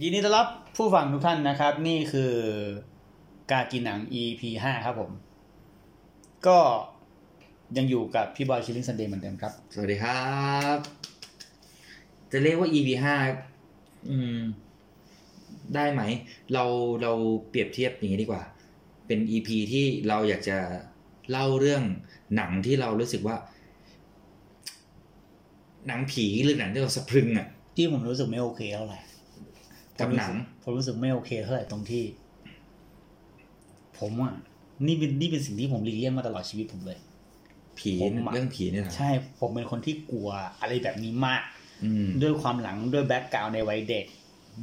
ยินดีต้อนรับผู้ฟังทุกท่านนะครับ นี่คือกากินหนัง EP ห้าครับผม ก็ยังอยู่กับพี่บอยชิลลิ่งซันเดย์เหมือนเดิมครับ สวัสดีครับ จะเรียกว่า EP ห้าอืม ได้ไหม เราเราเปรียบเทียบอย่างนี้ดีกว่า เป็น EP ที่เราอยากจะเล่าเรื่องหนังที่เรารู้สึกว่า หนังผีหรือหนังที่เราสะพรึงอะ่ะ ที่ผมรู้สึกไม่โอเคเท่าไหร่ กับหนัง ผมรู้สึกผมรู้สึกไม่โอเคเท่าไหร่ตรงที่ ผมอ่ะ นี่เป็นนี่เป็นสิ่งที่ผมหลีกเลี่ยงมาตลอดชีวิตผมเลย ผี ผมอะ เรื่องผีเนี่ยนะ ใช่ผมเป็นคนที่กลัวอะไรแบบนี้มาก อืม ด้วยความหลังด้วยแบ็กกราวในวัยเด็ก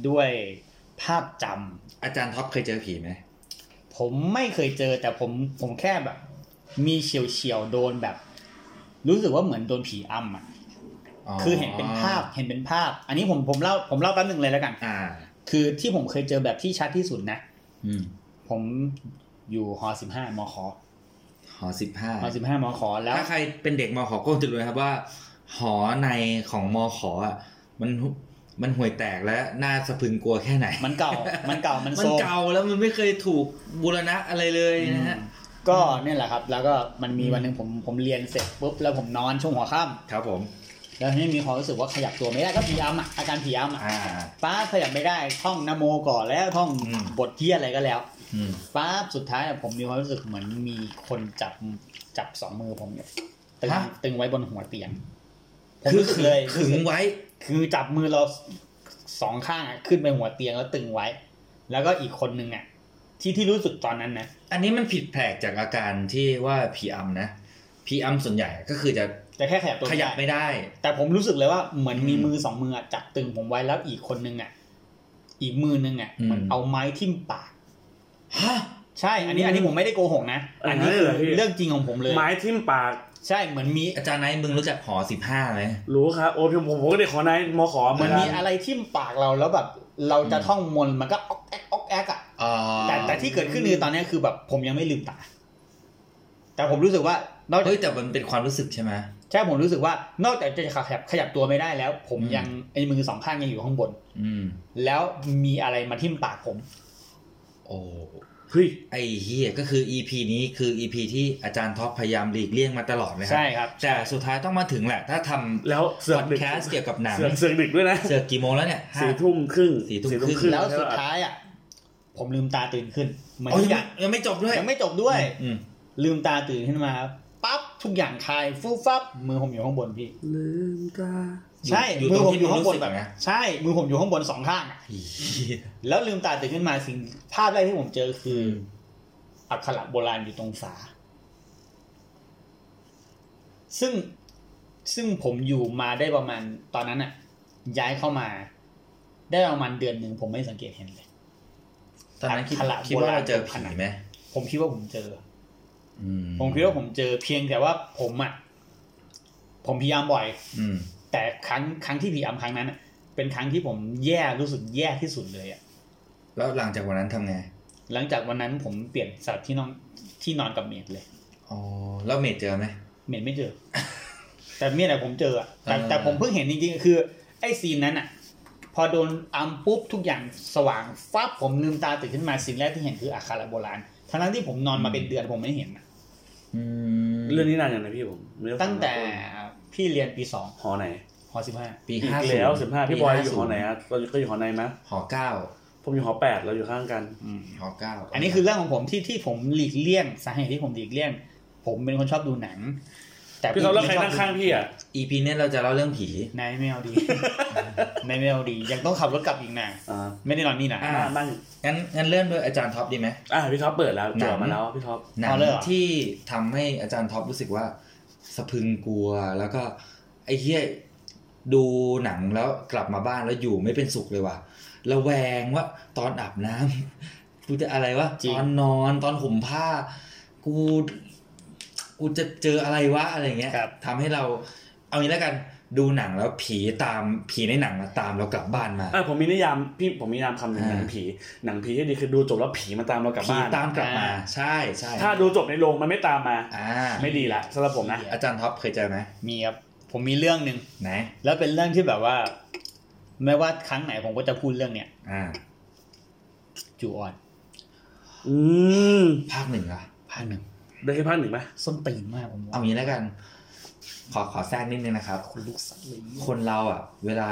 ด้วยภาพจำ อาจารย์ท็อปเคยเจอผีไหม ผมไม่เคยเจอแต่ผมผมแค่แบบ มีเฉียวเฉียวๆโดนแบบ รู้สึกว่าเหมือนโดนผีอำอ่ะคือเห็นเป็นภาพเห็นเป็นภาพ อันนี้ผมผมเล่าผมเล่าแป๊บหนึ่งเลยแล้วกัน อ่า คือที่ผมเคยเจอแบบที่ชัดที่สุดนะ อืม ผมอยู่หอสิบห้ามค หอสิบห้า หอสิบห้ามคแล้ว ถ้าใครเป็นเด็กมขก็จะรู้นะครับว่า หอในของมขอ่ะมันมันห่วยแตกและน่าสะพรึงกลัวแค่ไหน มันเก่ามันเก่ามัน มั โซ น ม เก่าแล้วมันไม่เคยถูกบูรณะอะไรเลย อื นะ ม ฮะ ก็เนี่ยแหละครับ แล้วก็มันมี อืม วันหนึ่งผมผมเรียนเสร็จปุ๊บแล้วผมนอนช่วงหัวค่ ครับผม ำแล้วทีนี้มีความรู้สึกว่าขยับตัวไม่ได้ก็ผีอำอ่ะอาการผีอำอ่ะ อ่า ป้าขยับไม่ได้ท่องนะโมก่อนแล้วท่อง อืม บทเที่ยอะไรก็แล้ว อืม ป้าสุดท้ายอะผมมีความรู้สึกเหมือนมีคนจับจับสองมือผมเนี่ยตึงตึงไว้บนหัวเตียงผม คือ รู้สึก ขึง เลย ขึงไว้ คือจับมือเราสองข้างอะขึ้นไปหัวเตียงแล้วตึงไว้ แล้วก็อีกคนนึงอ่ะ ที่ที่รู้สึกตอนนั้นนะ อันนี้มันผิดแผกจากอาการที่ว่าผีอำนะผีอำส่วนใหญ่ก็คือจะ แต่แค่ขยับตัว ขยับไม่ได้ แต่ผมรู้สึกเลยว่าเหมือนมี อืม มือสองมืออะจับตึงผมไว้แล้วอีกคนนึงอ่ะ อีกมือนึงอ่ะ อืม เหมันเอาไม้ทิ่มปาก ฮะ ใช่ อันนี้ อันนี้ผมไม่ได้โกหกนะ อันนี้ เออ คือ เหรอพี่ เรื่องจริงของผมเลย ไม้ทิ่มปาก ใช่ เหมือนมี อาจารย์ไนท์มึงรู้จักหอสิบห้าไหม รู้ครับโอ้ผมผมผมก็เด็กขอนายมอขอเห เหมื มื อ อน นกั มี น อะไรทิ่มปากเราแล้วแบบ เราจะ อืม ท่องมนต์มันก็ออกแอกออกแอกอ่ะ อ๋อ แต่แต่ที่เกิดขึ้นคือตอนนี้คือแบบผมยังไม่ลืมตา แต่ผมรู้สึกว่านอกจาก เฮ้ยแต่มันเป็นความรู้สึกใช่ไหม ใช่ผมรู้สึกว่า นอกจากจะขยับขยับตัวไม่ได้แล้ว ผม อืม ยังไอ้มือสองข้างยังอยู่ข้างบน อืม แล้วมีอะไรมาทิ่มปากผม โอ้ เฮ้ย ไอ้เฮียก็คือ EP นี้คือ EP ที่อาจารย์ท็อปพยายามหลีกเลี่ยงมาตลอดนะครั ใช่ครับ แต่สุดท้ายต้องมาถึงแหละ ถ้าทำ แล้วเสื พ อ อก ด ดึก แคสต์เกี่ยวกับหนัง เสือกเสือกดึกด้วยนะ เสือกกี่โมงแล้วเนี่ยห้า สี่ทุ่มครึ่ง สี่ทุ่มครึ่ง แล้วสุดท้ายอ่ะ ผมลืมตาตื่นขึ้นเหมือน โอ้ย ทุกอ ยั ย่าง ง ไม่ยังไม่จบด้วย ยังไม่จบด้วย อืม ลืมตาตื่นขึ้นมาปั๊บทุกอย่างคลายฟูฟับมือผมอยู่ข้างบนพี่ ลืมตา ใช่ อยู่ มื ตรง ผม ที่ อยู่ มึง ข้าง รู้ บน สึก แบบ นะ ใช่มือผมอยู่ข้างบนสองข้างอะ เหี้ย แล้วลืมตาตื่นขึ้นมาสิ่งภาพแรกที่ผมเจอคืออักขระโบราณอยู่ตรงฝา ซึ่งซึ่งผมอยู่มาได้ประมาณตอนนั้นอะย้ายเข้ามา ได้ประมาณเดือนหนึ่งผมไม่สังเกตเห็นเลย ตอนนั้นคิด อัคระ คิดว่า โบราณ เราเจอผีไหม ผมคิดว่าผมเจอ อื ผมคิดว่าผมเจอเพียงแต่ว่าผมอะผมพยายามบ่อย อืม แต่ครั้งครั้งที่ผีอำครั้งนั้นน่ะเป็นครั้งที่ผมแย่รู้สึกแย่ที่สุดเลยอะ แล้วหลังจากวันนั้นทำไง หลังจากวันนั้นผมเปลี่ยนสลับที่นอนที่นอนกับเมดเลย อ๋อ แล้วเมดเจอไหม เมดไม่เจอ แต่เมียแต่ผมเจออะแต่ เออ แต่ผมเพิ่งเห็นจริงๆคือ ไอ้ซีนนั้นอะพอโดนอัมปุ๊บทุกอย่างสว่างฟ้าผมลืมตาตื่นขึ้นมาสิ่งแรกที่เห็นคืออาคาระโบราณทั้งๆที่ผมนอนมาเป็นเดือนผมไม่เห็นอะ อืม เรื่องนี้นานอย่างไรพี่ผมไม่ได้ฟั ตั้งแต่พี่เรียนปีสอง หอไหน หอสิบห้า ปี อีก ห้าสิบ แล้วสิบห้าพี่บอยอยู่หอไหนอะเราก็อยู่หอในไหมะ หอเก้า ผมอยู่หอแปดเราอยู่ข้างกัน หอเก้า อันนี้คือเรื่องของผมที่ที่ผมหลีกเลี่ยงสาเหตุที่ผมหลีกเลี่ยง ผมเป็นคนชอบดูหนัง แต่ พี่เขาแล้วใคร ไม่ชอบ นั่ง ดู ข้างพี่อะ อีพีนี้เราจะเล่าเรื่องผี นายไม่เอาดี นายไม่เอาดี ยังต้องขับรถกลับอีกนะ อ่า ไม่ได้นอนนี่นะ อ่ะ นั่งงั้นั่งนงั้นเริ่มด้วยอาจารย์ท็อปดีไหม อ่าพี่ท็อปเปิดแล้ว หนั เจ ง อมาแล้วพี่ท็อป หนั เอา ง เลยเหรอ ที่ทำให้อาจารย์ท็อปรู้สึกว่า สะพรึงกลัวแล้วก็ไอ้เหี้ยดูหนังแล้วกลับมาบ้านแล้วอยู่ไม่เป็นสุขเลยว่ะระแวงว่าตอนอาบน้ำ กูจะอะไรวะ จริง ตอนนอนตอนห่มผ้า กูกูจะเจออะไรวะอะไรเงี้ยทำให้เราเอางี้แล้วกันดูหนังแล้วผีตามผีในหนังมาตามเรากลับบ้านมา อ่าผมมีนิยามพี่ผมมีนิยามคำหนึ่งหนัง อ่า ผีหนังผีที่ดีคือดูจบแล้วผีมาตามเรากลับ ผี บ้าน ตามกลับมา ใช่ใช่ ถ้าดูจบในโรงมันไม่ตามมา อ่า ไม่ดีละสำหรับผมนะ อาจารย์ท็อปเคยเจอไหม มีครับ ผมมีเรื่องหนึ่ง ไหน แล้วเป็นเรื่องที่แบบว่า ไม่ว่าครั้งไหนผมก็จะพูดเรื่องเนี้ย อ่า จูออน อืม ภาคหนึ่งเหรอะ ภาคหนึ่ง ได้แค่ภาคหนึ่งไหม ส้นตีนมากผมว่า เอางี้แล้วกัน ขอขอแทรกนิดนึงนะครับ คนลุกสักเลย คนเราอ่ะ เวลา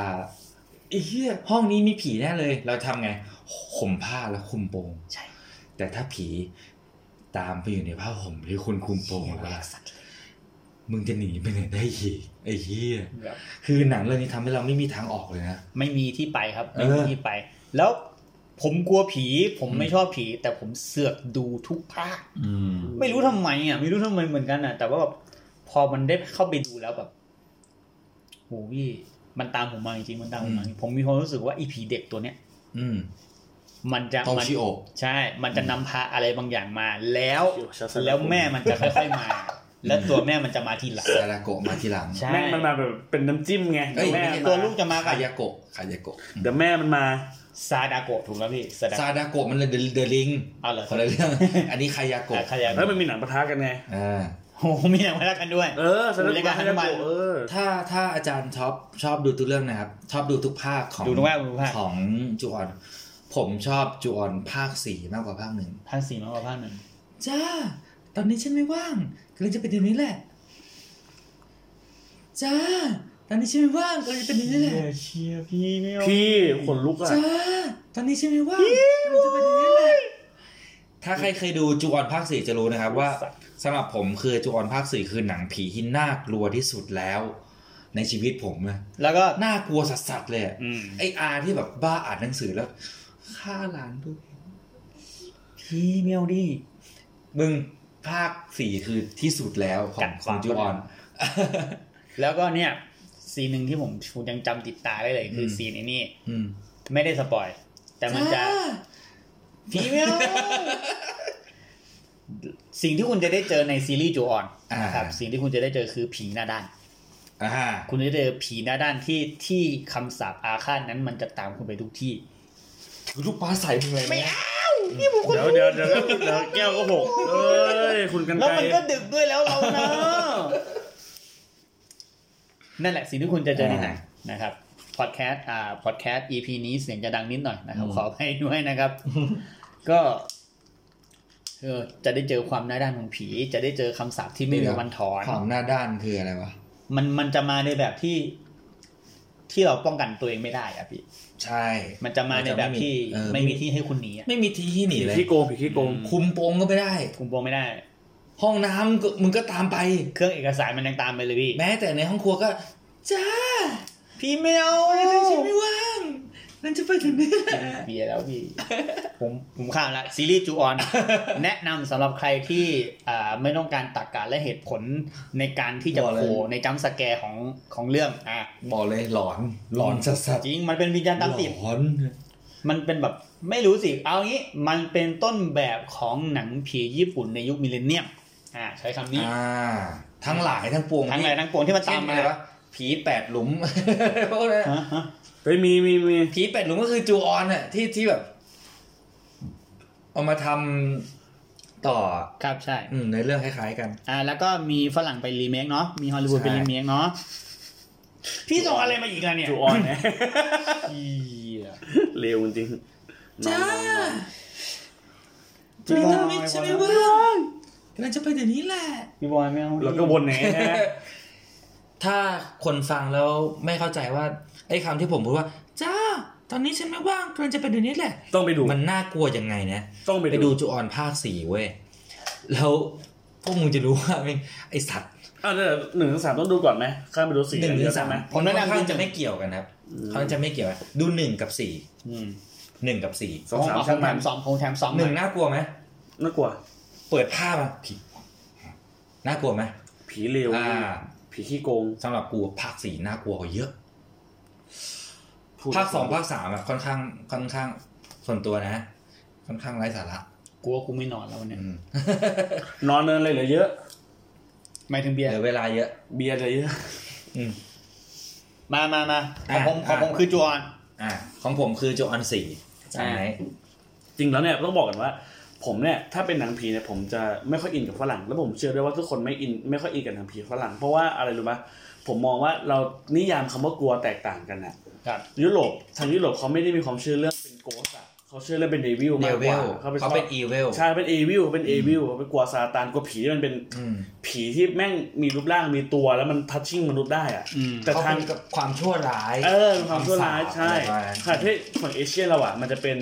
ไอ้เหี้ยห้องนี้มีผีแน่เลย เราทำไงข่มผ้าแล้วคลุมโปง ใช่ แต่ถ้าผีตามไปอยู่ในผ้าห่มที่คุณคลุมโปง เหี้ย แล้ว รั อะ กสัตว์เลย มึงจะหนีไปไหนได้อีกไอ้เหี้ย แบบ คือหนังเรื่องนี้ทำให้เราไม่มีทางออกเลยนะ ไม่มีที่ไปครับ เอ ไม่ อ มีที่ไป แล้วผมกลัวผีผมไม่ชอบผี แต่ผมเสือกดูทุกภาค อืม ไม่รู้ทำไมอ่ะไม่รู้ทำไมเหมือนกันอ่ะ แต่ว่าแบบพอมันได้เข้าไปดูแล้วแบบโหพี่มันตามผมมาจริงๆมันตามผมมา อืม ผมมีความรู้สึกว่าไอีผีเด็กตัวเนี้ย อืม มันจะ โต มัน ชิโอะ ใช่ มันจะนำพาอะไรบางอย่างมา แล้ว อยู่ชัดสนับ แล้วแม่มันจะค่ อยๆมา แล้วตัวแม่มันจะมาทีหลัง ซาลาโกะมาทีหลัง ใช่ แม่งมันมาแบบเป็นน้ำจิ้มไง เอ้ย แม่ ไม่ใช่ ตัวลูกจะมากับ คายาโกะคายาโกะ เดี๋ยวแม่มันมา ซาดาโกะถูกแล้วพี่ซาดา ซาดาโกะมันเลยเดอะลิง เอาเหรอ คนละเรื่อง อันนี้คายาโกะ อ่ะขยาย แล้วมันมีหนังปะทะกันไง อ่า โอ้โหมีหนังมาแล้วกันด้วย เออแสดง รายกา ว่าร ให้ รัฐบา บา ล เออ ถ้าถ้าอาจารย์ท็อปชอบดูทุกเรื่องนะครับ ชอบดูทุกภาคของ ดูทุกภาคดูทุกภาค ของจูออน ผมชอบจูออนภาคสี่มากกว่าภาคหนึ่ง ภาคสี่มากกว่าภาคหนึ่ง จ้า ตอนนี้ฉันไม่ว่างกำลังจะไปดูนี้แหละ จ้า ตอนนี้ฉันไม่ว่างกำลังจะไปดูนี้แหละ เชียพี่ไม่เอา พี่ขนลุกอ่ะ จ้า ตอนนี้ฉันไม่ว่างกำลังจะไปดูนี้แหละถ้าใครเคยดูจูออนภาคสี่จะรู้นะครับว่าสำหรับผมคือจูออนภาคสี่คือหนังผีที่น่ากลัวที่สุดแล้ว ในชีวิตผมนะ แล้วก็ น่ากลัวสัสๆเลยอะ อืม ไออาที่แบบบ้าอ่านหนังสือแล้วฆ่าหลานด้วย พี่เมียวดิ มึงภาคสี่คือที่สุดแล้วขอ กั ง ด ข ฟั อง น จูออน แล้วก็เนี่ยซีนหนึ่งที่ผมผมยังจำติดตาได้เลยคืออ ม ซีนไอ้นี่ อืม ไม่ได้สปอย แต่มันจะพี่เมี ยวสิ่งที่คุณจะได้เจอในซีรีส์จูออน อ่า ครับสิ่งที่คุณจะได้เจอคือผีหน้าด้าน อ่า คุณจะเจอผีหน้าด้านที่ที่คำสาปอาฆาตนั้นมันจะตามคุณไปทุกที่ ถือลูกปลาใส่มึงเลย ไม่ เนี่ย เอานี่ผมคน เดี๋ยวเดี๋ยวเดี๋ยวเดี๋ยวแก้วก็หกเอ้ยคุณกัน แล้ว ไกล มันก็ดึกด้วยแล้วเรานะ นั่นแหละสิ่งที่คุณจะเจอในหนังนะครับพอดแคสต์อ่าพอดแคสต์ EP นี้เสียงจะดังนิดหน่อยนะครับ ขอให้ด้วยนะครับ ก็เออจะได้เจอความน่าด้านของผี จะได้เจอคำสาปที่ไม่มีวันถอน ความหน้าด้านคืออะไรวะ มันมันจะมาในแบบที่ ที่เราป้องกันตัวเองไม่ได้อะพี่ ใช่ มันจะมาในแบบที่ เออ ไม่มีที่ให้คุณหนีอะ ไม่มีที่ที่หนี ผี เลย ขี้โกงผีขี้โกง คุมโปงก็ไม่ได้ คุณโปงไม่ได้ ห้องน้ำก็มึงก็ตามไป เครื่องเอกสารมันยังตามไปเลยพี่ แม้แต่ในห้องครัวก็จ้า พี่แมว อะไรฉันไม่ว่างนั่นจะไปถึงนี่แหละ เบียร์แล้ว พี่ ผมผมข้ามละซีรีส์จูออน แนะนำสำหรับใครที่อ่าไม่ต้องการตรรกะและเหตุผลในการที่จะโผล่ในจัมป์สแกร์ของของเรื่องอ่ะ บอกเลยหลอน หลอนสัสสัส จริงมันเป็นวิญญาณตามติด หลอน มันเป็นแบบไม่รู้สิ เอางี้มันเป็นต้นแบบของหนังผีญี่ปุ่นในยุคมิลเลนเนียมอ่าใช้คำนี้ อ่า ทั้งหลายทั้งปวง ทั้งหลายทั้งปวงที่มัน ตา ตาม ม มา มา เลยวะผีแปดหลุม พวกนั้น ฮะฮะ เฮ้ยมีมีมี ผีแปดหลุมก็คือจูออนอะที่ที่แบบ เอามาทำต่อ ครับใช่ อืมในเรื่องคล้ายๆกัน อ่าแล้วก็มีฝรั่งไปรีเมคเนาะมีฮอลลีวูดไปรีเมคเนาะ พี่ส่งอะไรมาอีกอะเนี่ย จูออนนะ เหี้ย เร็วจริง จ้า จูออนไม่ใช่ไม่ว่ งกำลังจะไปเดี๋ยวนี้แหละ พี่บอยไม่เอา แล้วก็วนไหนนะฮะ ถ้าคนฟังแล้วไม่เข้าใจว่า ไอ้คำที่ผมพูดว่า จ้า ตอนนี้ฉันไม่ว่างกำลังจะไปเดี๋ยวนี้แหละ ต้องไปดู มันน่ากลัวยังไงนะ ต้องไป ไป ดู ดูจูออนภาคสี่เว้ย แล้วพวกมึงจะรู้ว่าแม่งไอสัตว์ อ่ะเดี๋ยวหนึ่งถึงสามต้องดูก่อนไหมข้ามไปดูสี่ หนึ่งห เดี๋ รือยวได้ สาม ไหม ผมแนะนำ เขาจะไม่เกี่ยวกันนะครับเขาจะไม่เกี่ยวกันดูหนึ่งกับสี่ อืม หนึ่งกับสี่ สองสาม ข ช่าง แถ มัน มสองของแถมสอง หนึ่งน่ากลัวไหม น่ากลัว เปิดภาพมาผีน่ากลัวไหม ผีเร็ว อ่า ผีขี้โกง สำหรับกูภาคสี่น่ากลัวกว่าเยอะ พูด ภาคสองภาคสามอะค่อนข้างค่อนข้างส่วนตัวนะ ค่อนข้างไร้สาระ กลัวกูไม่นอนแล้ววันเนี่ย อืม นอนเนินเลยเหลือเยอะ หมายถึงเบียร์ เหลือเวลาเยอะ เบียร์เหลือเยอะ อืม มามามาข อ่ะ องผมของ อ่ะ ผมคือจวน อ่าของผมคือโจออนสี่ใช่ไหม จริงแล้วเนี่ยต้องบอกกันว่า ผมเนี่ยถ้าเป็นหนังผีเนี่ยผมจะไม่ค่อยอินกับฝรั่ง แล้วผมเชื่อด้วยว่าทุกคนไม่อินไม่ค่อยอินกับหนังผีฝรั่ง เพราะว่าอะไรรู้ปะผมมองว่าเรานิยามคำว่ากลัวแตกต่างกันนะ เ ครับ ยุโรปทางยุโรปเขาไม่ได้มีความเชื่อเรื่องเป็นโกสต์อะเขาเชื่อเรื่องเป็นเดวิล เด มากก วิ ว่า ล เขาเป็น เขาเป็นอีเวล ใช่เป็นเอวิลเป็นเอวิลเป็นกลัวซาตานกลัวผีที่มันเป็น อืม ผีที่แม่งมีรูปร่างมีตัวแล้วมันทัชชิ่งมนุษย์ได้อะ อืม แต่ เขา ทาง เป็นกับความชั่วร้าย เออความชั่วร้ายใช่ อะไรประมาณนั้น ค่ะที่ฝั่งเอเชียเราอ่ะมันจะเป็น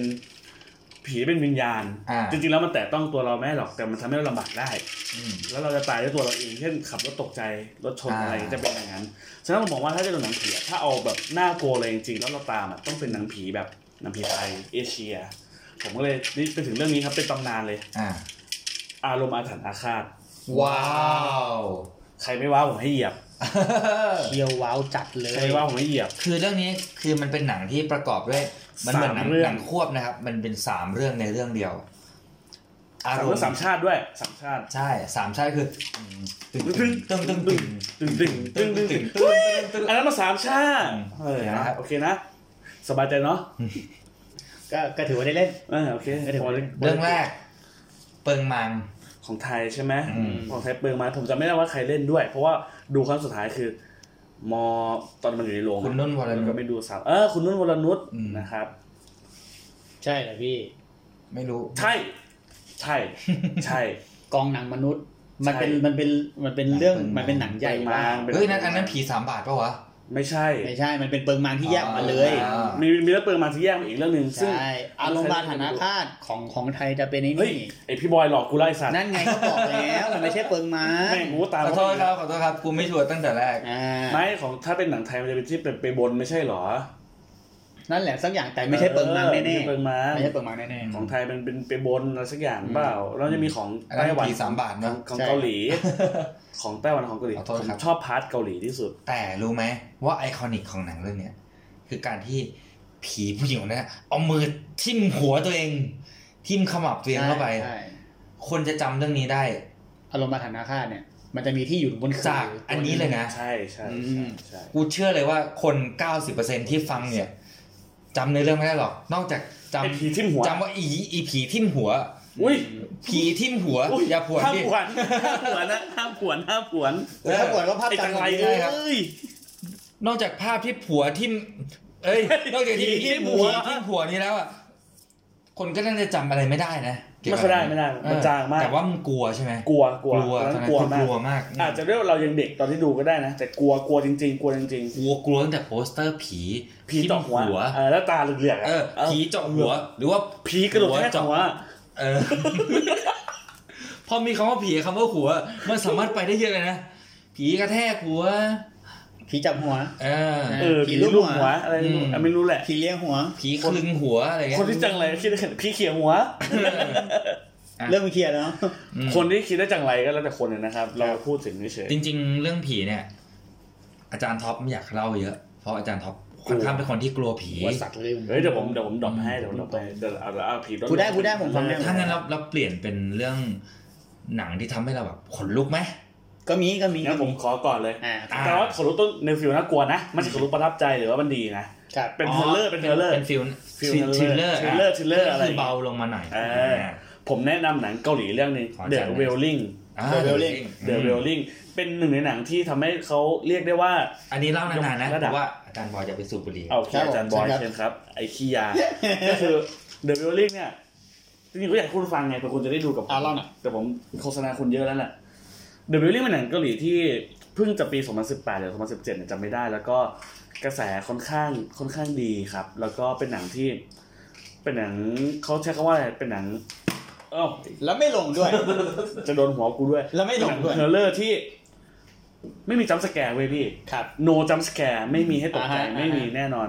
ผีเป็นวิญญาณ อ่า จริงๆแล้วมันแตะต้องตัวเราไม่ได้หรอกแต่มันทำให้เราลำบากได้ อืม แล้วเราจะตายด้วยตัวเราเองเช่นขับรถตกใจรถชนอะไร อ่า จะเป็นอย่างนั้นฉะนั้นผมมองว่าถ้าจะดูหนังผีอะถ้าเอาแบบน่ากลัวเลยจริงๆแล้วเราตามอ่ะต้องเป็นหนังผีแบบหนังผีไทยเอเชีย ผมก็เลยนี่ไปถึงเรื่องนี้ครับเป็นตำนานเลย อ่า อารมณ์อาถรรพ์อาฆาต ว้าว ใครไม่ว้าวผมให้เหยียบ เคียวว้าวจัดเลย ใครไม่ว้าวผมให้เหยียบ คือเรื่องนี้คือมันเป็นหนังที่ประกอบด้วยมันเหมือนหนั สาง มเรื่อง หนังควบนะครับ มันเป็นสามเรื่องในเรื่องเดียว อารมณ์ สามชาติด้วยสามชาติ ใช่สามใช่คือตึง ตึ้ง ตึง ตึ้ ตึงงตึตึ้ง งตึงตึ้งตึ้งตึ้งตึ้ ตึงงตึ้ ตึ ง งตึงตึงตึ้งตึ้งอันนั้นมาสามชาติ อืม เออนะ ครับ โอเคนะ สบายใจเนาะ ก็ก็ถือว่าได้เล่น เออโอเค เดี๋ยว พอลย เรื่องแรก เปิงมัง ของไทยใช่ไหม อืม ของไทยเปิงมาผมจำไม่ได้ว่าใครเล่นด้วย เพราะว่าดูครั้งสุดท้ายคือ มอตอนมันอยู่ในโรง คุณนุ่นวร แล้ว นุ ก็ ช ไม่ดูสามเออคุณนุ่นวรนุช อืม นะครับ ใช่เหรอพี่ ไม่รู้ ใช่ใช่ใช่ กองหนังมนุษย์ มัน ใช่ เป็นมันเป็นมันเป็นเรื่อง หนังเปิง มันเป็นหนัง ใหญ่มาก ป็ เฮ้ยนั่นอันนั้นผีสามบาทปะวะ ไม่ใช่ ไม่ใช่ มันเป็นเปิงมางที่แยกออกมาเลย อ่า มีมีแล้วเปิงมาที่แยกมาอีกเรื่องหนึ่งซึ่ง ใช่ อารมณ์บาฐานะคาตของของไทยจะเป็นไอ้ เฮ้ย นี่ ไอพี่บอยหลอกกูไล่สัตว์ นั่นไงก็บอกแล้วมันไม่ใช่เปิงมาง แม่งกูก็ตาม ขอโทเข้าไป ษ อีก ครับขอโทษครับกูไม่ชัวร์ตั้งแต่แรก อ่า ไม่ของถ้าเป็นหนังไทยมันจะเป็นที่เป็นไปบนไม่ใช่เหรอ นั่นแหละสักอย่างแต่ไม่ใช่เปิงมางแน่ ไม่ใช่เปิงมา ๆ ง ไม่ใช่เปิงมางแน่ ของไทยมันเป็นไปบนอะไรสักอย่างเปล่าแล้วจะมีของ อันนั้ ไต้ น หวัน ผีสามบาทเนอะ ของ ใช่ เกาหลี ของไต้หวันของเกาหลี ขอโทษ ผม ครับ ชอบพาร์ทเกาหลีที่สุด แต่รู้ไหมว่าไอคอนิกของหนังเรื่องเนี้ยคือการที่ผีผู้หญิงคนนั้นเอามือทิ่มหัวตัวเอง ทิ่มขมับตัวเองเข้าไป ใช่ คนจะจำเรื่องนี้ได้ อารมณ์บาฐานะคาตเนี่ย มันจะมีที่อยู่บน จาก ขื่ อันนี้เลยนะ ใช่ใช่ อื ใช่ ม ใช่ กูเชื่อเลยว่าคน 90%ที่ฟังเนี่ยจำในเรื่องไม่ได้หรอก นอกจาก ไอ้ จำ ผีทิ่มหัว จำว่าอีอีผีทิ่มหัว อุ้ย ผีทิ่มหัว อุ้ย อย่าผวน ห้าม ดิ ผวนห้ามผวนนะห้ามผวนห้ามผวน แต่ถ้าปวดก็ภาพ ไอ้ จำ จังไร ไม่ เอ ได้ ครับ ้ย นอกจากภาพที่ผัวทิ่มเอ้ย นอกจากที่ ผี ผี ทิ่ ทิ่ ม ม หั หั ว วทิ่มหัวนี่แล้วอ่ะคนก็น่าจะจำอะไรไม่ได้นะเกี่ยว ไม่ กับ ค่อยได้ไม่ได้มันจางมาก แต่ว่ามึงกลัวใช่ไหม กลัวกลัว กลัว ตอน ตอน นั้นั้นกนกลั ลั ว ว มาก มาก อาจจะเรียกว่าเรายังเด็กตอนที่ดูก็ได้นะ แต่กลัวกลัวจริง ๆ กลัวจริง กลัวกลัวตั้งแต่โปสเตอร์ผี ๆผีเจาะหัวเออแล้วตาเหลือกๆะ เออผีเจาะหัว หรือว่า ผีกระโดดแทกหัว เออ พอมีคำว่าผีกับคำว่าหัว มันสามารถไปได้เยอะเลยนะผีกระแทกหัว ผีจับหัว เออ เออ ผี ผี ลู ลูก กหัว หัวอะไรไม่รู้ อืม อ่ะไม่รู้แหละ ผีเลี้ยงหัว ผีคลึงหัวอะไรเงี้ย คนที่จังไรคิดได้แค่พี่เขียหัว ะ เรื่องมันเคลียร์ แล้วเนอะ อืม คนที่คิดได้จังไรก็แล้วแต่คนน่ะนะครับ เราพูดถึงเฉย จริงๆ เรื่องผีเนี่ย อาจารย์ท็อปไม่อยากเล่าเยอะ เพราะอาจารย์ท็อปค่อนข้างเป็นคนที่กลัวผี หัวสัตว์เลย ๆ เฮ้ยเดี๋ยวผมเดี๋ยวผมดรอปให้เดี๋ยวผมดรอปให้เดี๋ยวเอาเอาเอาผี พูดได้พูดได้ผมฟังได้ ถ้างั้นเราเราเปลี่ยนเป็นเรื่องหนังที่ทำให้เราแบบขนลุกไหม ก็มีก็มี งั้นผมขอก่อนเลย อ่า อ่ะ แต่ว่าขนลุกต้นในฟิลน่ากลัวนะไม่ใช่ขนลุกประทับใจหรือว่ามันดีนะ ครับ เป็นเทรลเลอร์เป็นเทรลเลอร์ เป็นฟิล ฟิล ทริลเลอร์ thriller thriller อะไร คือเบาลงมาหน่อย เออ ผมแนะนำหนังเกาหลีเรื่องหนึง ขออา The จารย์ Wailing อ่า The Wailing The Wailing เป็นหนึ่งในหนังที่ทำให้เขาเรียกได้ว่า อันนี้เล่านานๆนะ ระ เพ ดับ ราะว่าอาจารย์บอยจะไปสูบบุหรี่ เอาโอเคอาจารย์บอยเชิญครับ ไอ้ขี้ยา ก็คือ The w i l l i n g เนี่ยจริงๆก็อยากให้คุณฟังไงเพื่อคุณจะได้ดูกับผม อ่ะเล่าหน่อย แต่ผมโฆษณาคุณเยอะแล้วแหละ The w i l l i n g เป็นหนังเกาหลีที่เพิ่งจะปี 2018 หรือ 2017เนี่ยจำไม่ได้ แล้วก็กระแสค่อนข้างค่อนข้างดีครับ แล้วก็เป็นหนังที่ เป็นหนังเขาใช้คำว่าอะไรเป็นหนังเอ้า แล้วไม่ลงด้วย จะโดนหัวกูด้วย แล้วไม่หลงด้วย เทรลเลอร์ที่ ไม่มีจัมป์สแกร์เว้ยพี่ ครับ no jump scare ไม่มีให้ตกใจ อ่าฮะ ไม่มีแน่นอน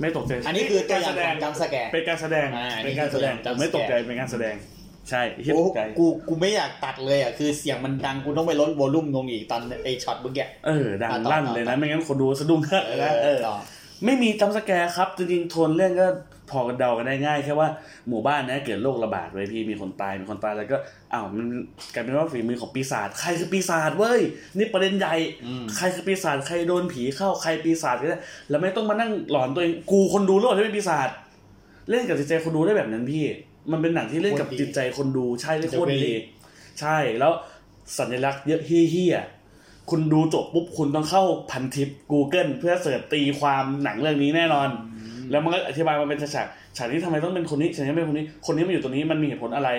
ไม่ตกใจ อันนี้คือตัวอย่าง เป็น ข กา อ รงจำแสดงสแกน เป็นการแสดง อ่าอันนี้ เป็นการแสดง คือตัวอย่าง jump ไม่ตกใจเป็นการแสดง ใช่ที่ โอ้ ตกใจ กูกูไม่อยากตัดเลยอ่ะคือเสียงมันดังกูต้องไปลดวอลลุ่มลงอีกตอนไอช็อตเมื่อกี้ เออดัง อ่าต่อ ลั่น ต่อ เลยนะ ไม่งั้นคนดูสะดุ้ง เลยนะเออ ต่อ ไม่มีจัมป์สแกร์ครับ จริงๆโทนเรื่องก็พอกันเดากันได้ง่ายแค่ว่าหมู่บ้านนะเกิดโรคระบาดไว้ยพี่มีคนตายมีคนตายแล้วก็อ้าวมันกลายเป็นว่าฝีมือของปีศาจใครคือปีศาจเว้ยนี่ประเด็นใหญ่ อืม ใครคือปีศาจใครโดนผีเข้าใครปีศาจก็ได้แล้วไม่ต้องมานั่งหลอนตัวเองกูคนดูหรือเปล่าที่เป็นปีศาจเล่นกับจิตใจคนดูได้แบบนั้นพี่ มันเป็นหนังที่เล่นกับจิตใจคนดูใช่เล่นโคตรดีใช่แล้วสัญลักษณ์เยอะเฮี้ยๆ คุณดูจบปุ๊บคุณต้องเข้าพันทิป Google เพื่อเสิร์ชตีความหนังเรื่องนี้แน่นอน แล้วมันก็อธิบายมาเป็นฉากๆฉากนี้ทำไมต้องเป็นคนนี้ฉากนี้เป็นคนนี้ คนนี้มาอยู่ตรงนี้มันมีเหตุผลอะไร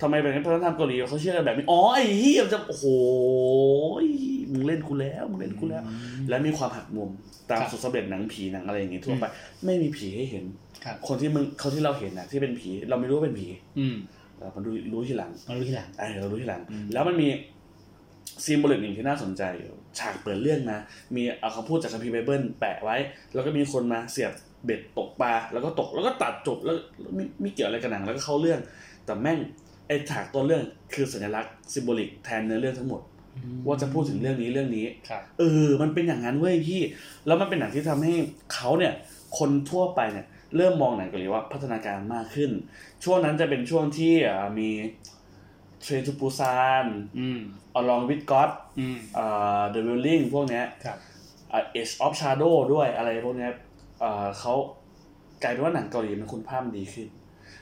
ทำไมเป็นเพราะธรรมเกาหลีเขาเชื่อกันแบบนี้อ๋อไอ้เหี้ยจะโอ้โหมึงเล่นกูแล้วมึงเล่นกูแล้ว และมีความหักมุมตาม ครับ สุดสำเร็จหนังผีหนังอะไรอย่างงี้ทั่วไป ไม่มีผีให้เห็น ครับ นที่มึงเขาที่เราเห็นน่ะ ที่เป็นผีเราไม่รู้ว่าเป็นผี อืม เรามันรู้รู้ทีหลัง มารู้ทีหลัง เออเรารู้ทีหลัง อืม แล้วมันมีซีมบลิกหนึ่งที่น่าสนใจอยู่ฉากเปิดเรื่องนะ มีเอาคำพูดจากคัมภีร์ไบเบิลแปะไว้ แล้วก็มีคนมาเสียบเบ็ดตกปลา แล้วก็ตก แล้วก็ตัดจบ แล้วไม่ไม่เกี่ยวอะไรกับหนัง แล้วก็เข้าเรื่อง แต่แม่งไอ้ฉากต้นเรื่องคือสัญลักษณ์ซิมโบลิกแทนเนื้อเรื่องทั้งหมด ว่าจะพูดถึงเรื่องนี้เรื่องนี้ ครับ เออ มันเป็นอย่างนั้นเว้ยพี่ แล้วมันเป็นหนังที่ทำให้เขาเนี่ย คนทั่วไปเนี่ย เริ่มมองหนังเกาหลีว่าพัฒนาการมากขึ้น ช่วงนั้นจะเป็นช่วงที่เอ่อมีเทรนทูปูซาน อืม อลองวิดก็อต อืม เดอะวิลลิงพวกเนี้ย ครับ เอชออฟชาร์โดด้วยอะไรพวกเนี้ยเอ่อเขากลายเป็นว่าหนังเกาหลีมันคุณภาพดีขึ้น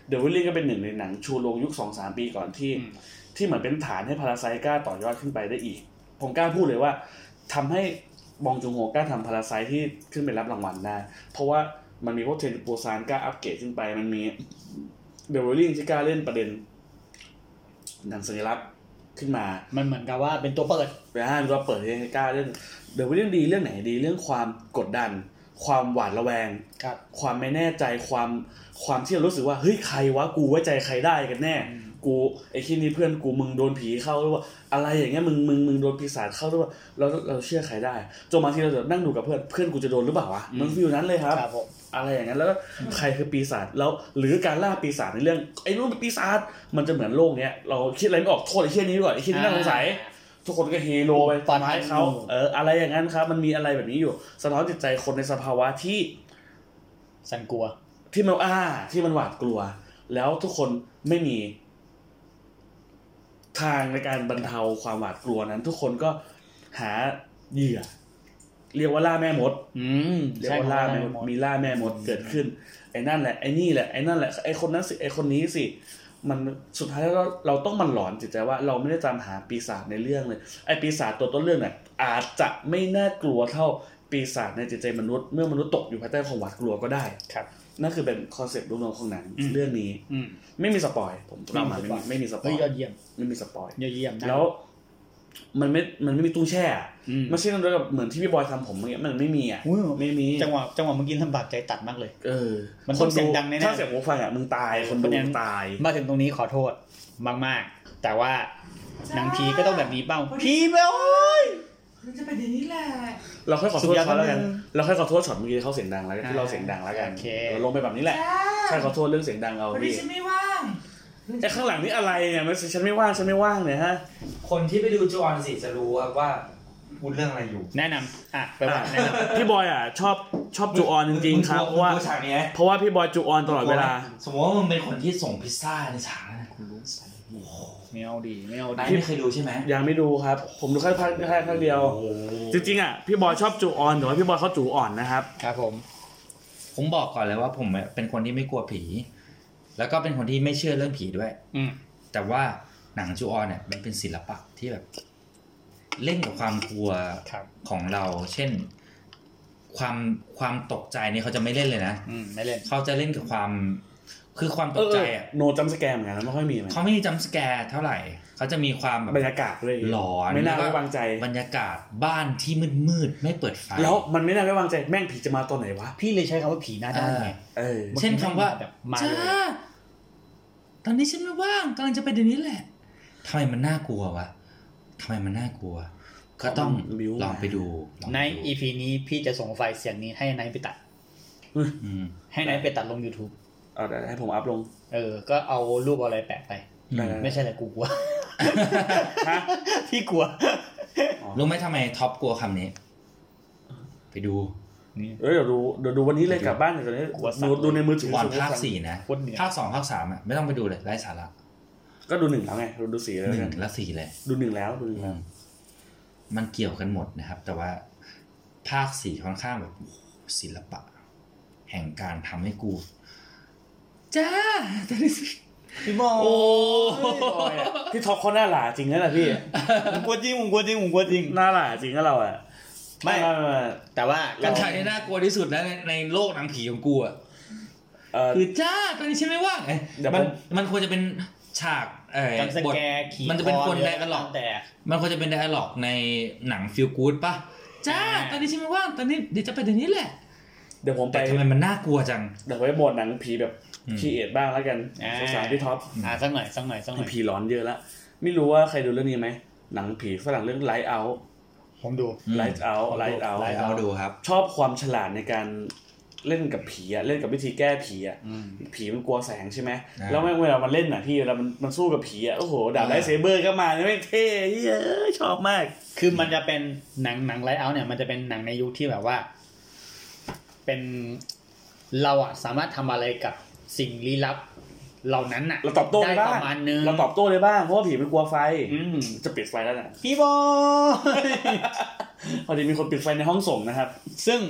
เดอะวิลลิงก็เป็นหนึ่งในหนังชูโรงยุคสองสามปีก่อนที่ อืม ที่เหมือนเป็นฐานให้พาราไซต์กล้าต่อยอดขึ้นไปได้อีก ผมกล้าพูดเลยว่าทำให้บองจุงโฮกล้าทำพาราไซต์ที่ขึ้นไปรับรางวัลได้ เพราะว่ามันมีพวกเทรนโปซานกล้าอัปเกรดขึ้นไป มันมีเดวิลิงที่กล้าเล่นประเด็นหนังสัญลักษณ์ขึ้นมา มันเหมือนกับว่าเป็นตัวเปิด ไปห้างก็เปิดให้กล้าเล่นเดวิลิงดีเรื่องไหนดีเรื่องความกดดัน ความหวาดระแวง ครับ ความไม่แน่ใจความความที่เรารู้สึกว่าเฮ้ยใครวะกูไว้ใจใครได้กันแน่ อืม กูไอ้ที่นี่เพื่อนกูมึงโดนผีเข้าหรือว่าอะไรอย่างเงี้ยมึงมึงมึงโดนปีศาจเข้าหรือว่าเราเราเชื่อใครได้จนบางทีเราจะนั่งดูกับเพื่อนเพื่อนกูจะโดนหรือเปล่าวะมันฟิลนั้นเลยครับ ครับผม อะไรอย่างนั้นแล้วก็ใครคือปีศาจแล้วหรือการล่าปีศาจในเรื่องไอ้นู่นเป็นปีศาจมันจะเหมือนโลกเนี้ยเราคิดอะไรไม่ออกโทษไอ้เชี่ยนี้ดีกว่าไอ้เชี่ยนี้น่าสงสัย ทุกคนก็เฮโลไป ต ต อ อน น ท้า ท้าย ย เขา เขาเอออะไรอย่างนั้นครับ มันมีอะไรแบบนี้อยู่ สะท้อนจิตใจคนในสภาวะที่ สันกลัว ที่มันอ้าที่มันหวาดกลัว แล้วทุกคนไม่มี ทางในการบรรเทาความหวาดกลัวนั้น ทุกคนก็หาเหยื่อ เรียกว่าล่าแม่มด อืม เรียกว่าล่าแม่มดมีล่าแม่มดเกิดขึ้น ไอ้นั่นแหละไอ้นี่แหละไอ้นั่นแหละไอ้คนนั้นสิไอ้คนนี้สิ มันสุดท้ายแล้วเราเราต้องมันหลอนจิตใจว่าเราไม่ได้ตามหาปีศาจในเรื่องเลย ไอ้ปีศาจตัวต้นเรื่องเนี่ยอาจจะไม่น่ากลัวเท่าปีศาจในจิตใจมนุษย์เมื่อมนุษย์ตกอยู่ภายใต้ความหวาดกลัวก็ได้ ครับ นั่นคือเป็นคอนเซ็ปต์รวมๆของหนัง อืม เรื่องนี้ อืม ไม่มีสปอยผมเล่ามา ไม่ ไม่ มีสปอยมีไม่มีสปอ เฮ้ ย ยยอดเยี่ยม ไม่มีสปอย ยอดเยี่ยมนะ แล้ว มันไม่มันไม่มีตู้แช่อะ อืม ไม่ใช่นั่นแบบเหมือนที่พี่บอยทำผมเมื่อกี้มันไม่มีอ่ะ อุ้ย ไม่มี จังหวะจังหวะเมื่อกี้ลำบากใจตัดมากเลย เออ มัน ค ต้องเสียงดังแน่ๆ ถ้าเสียงหูฟังอ่ะมึงตายคนดู คนแน่ ตาย มาถึงตรงนี้ขอโทษมาก ๆ แต่ว่าหนังผีก็ต้องแบบนี้เป้าผีเบ้า มันจะเป็นอย่างนี้แหละ เราค่อยขอโทษเขาแล้วกันเราค่อยขอโทษช็อตเมื่อกี้ที่เขาเสียงดังแล้วกันที่เราเสียงดังแล้วกัน โอเค เราลงไปแบบนี้แหละ ใช่ ใช่ขอโทษเรื่องเสียงดังเอา วันนี้ พี่ ฉันไม่ว่าง ไอ้ข้างหลังนี่อะไรเนี่ยมันฉันไม่ว่างฉันไม่ว่างเนี่ยฮะ คนที่ไปดูจูออนสิจะรู้ว่าว่าพูดเรื่องอะไรอยู่ แนะนำอ่ะไปว่า อ่ะ แนะน พี่บอยอ่ะ ชอบชอบจูออนจริงๆครับเพราะว่า มึกลัฉากนี้ไหม เพราะว่าพี่บอยจูออนตลอดเวลา สมมติว่ามึงเป็นคนที่ส่งพิซซ่าในฉากนั้นนะคุณรู้ใส่ ำไม่เอาดีไม่เอา นาย ดี ไม่เคยดูใช่ไหม ยังไม่ดูครับ ผมดูแค่ภาคแค่ภาคเดียว จริงๆอ่ะพี่บอยชอบจูออนแต่ว่าพี่บอยเขาจูอ่อนนะครับ ครับผม ผมบอกก่อนเลยว่าผมเป็นคนที่ไม่กลัวผี แล้วก็เป็นคนที่ไม่เชื่อเรื่องผีด้วย อืม แต่ว่าหนังจูออนเนี่ยมันเป็นศิลปะที่แบบ เล่นกับความกลัว ครับ ของเรา เช่น ความความตกใจเนี่ยเขาจะไม่เล่นเลยนะ อืมไม่เล่น เขาจะเล่นกับความคือความต เอก อ ใจอ่ะ โนจำสแกมไงแล้วไม่ค่อยมีไหม เขาไม่มีจัมสแกร์เท่าไหร่เขาจะมีความแบบ ร บ รยากาศเลย หลอน ไม่น่า แล้ว ไว้ ก็ วางใจ บรรยากาศบ้านที่มืดมืดๆไม่เปิดไฟ แล้วมันไม่น่าไว้วางใจแม่งผีจะมาตอนไหนวะ พี่เลยใช้คำว่าผีหน้า เอ ด้าน อ ไง เออ เช่นคำว่า แบบมาเลย จ้าตอนนี้ฉันไม่ว่างกำลังจะไปเดี๋ยวนี้แหละทำไมมันน่ากลัววะทำไมมันน่ากลัว ก็ต้องลองไปดูลองไปดู ใน EP นี้พี่จะส่งไฟล์เสียงนี้ให้ไนท์ไปตัด อืม ให้ไนท์ไปตัดลง YouTube เอาเดี๋ยวให้ผมอัพลง เออ ก็เอารูปเอาอะไรแปะไป อืม ไม่ใช่แต่กูกลัว ฮะ พี่กลัว รู้ไหมทำไมท็อปกลัวคำนี้ ไปดู เออเดี๋ยวดูเดี๋ยวดูวันนี้เลยกลับบ้านเดี๋ยวตอนนี้ หัวสั่น ดูดูในมือถือ ก่อน ดู ภาคสี่นะ โคตรเหนื่อย ภาคสองภาคสามอ่ะไม่ต้องไปดูเลยไร้สาระ ก็ดูหนึ่งแล้วไงเราดูสี่แล้ว หนึ่ กั ง น และสี่เลย ดูหนึ่งแล้วดูหนึ่งแล้ว มันเกี่ยวกันหมดนะครับ แต่ว่าภาคสี่ค่อนข้างแบบโอ้โหศิลปะ แห่งการทำให้กู จ้าตอนนี้ พี่บอย โอ้ พี่ท็อปเขาหน้าหลาจริงนะนะพี่ ผมกลัวจริงผมกลัวจริงผมกลัวจริง หน้าหลาจริงนะเราอ่ะ ไม่ ไม่ แต่ว่า กั เรา นฉายในน่ากลัวที่สุดแล้วในในโลกหนังผีของกูอ่ะ เออ คือจ้าตอนนี้ฉันไม่ว่างเอ้ย เดี๋ยว มัน ผม มันควรจะเป็นฉากเอ่อ กันส บท แกร์ขี่ มันจะเป็น คอ คน หรือ แดกกันหรอก แต่ มันควรจะเป็นไดอะล็อกในหนังฟิลกู๊ดป่ะจ้า อ่า ตอนนี้ฉันไม่ว่างตอนนี้เดี๋ยวจะไปเดี๋ยวนี้แหละ เดี๋ยวผมไป แต่ทำไมมันน่ากลัวจัง เดี๋ยวผมไปบทหนังผีแบบ อืม คีเอทบ้างแล้วกัน อ่า สงสารพี่ท็อป อ่าสักหน่อยสักหน่อยสักหน่อย ผีหลอนเยอะละไม่รู้ว่าใครดูเรื่องนี้ไหมหนังผีฝรั่งเรื่องไลท์เอา ผมดู อืม ไลท์เอาไลท์เอา ไลท์เอาดูครับ ชอบความฉลาดในการเล่นกับผีอะเล่นกับวิธีแก้ผีอะ อืม ผีมันกลัวแสงใช่ไหม อ่า แล้วแม่งเวลามันเล่นอะพี่เวลามันมันสู้กับผีอะโอ้โหดาบไลท์เซเบอร์ก็มาเนี่ยแม่งเท่เหี้ยเอ้ยชอบมาก คือมันจะเป็นหนังหนังไลท์เอาท์เนี่ย มันจะเป็นหนังในยุคที่แบบว่า เป็นเราอะสามารถทำอะไรกับสิ่งลี้ลับ เหล่านั้นอะ เราตอบโต้ ได้ ได้บ้า ป ง ระมาณนึง เราตอบโต้ได้บ้างเพราะว่าผีมันกลัวไฟ อืม จะปิดไฟแล้วนะ พี่บอย พอดีมีคนปิดไฟในห้องส่งนะครับ ซึ่ง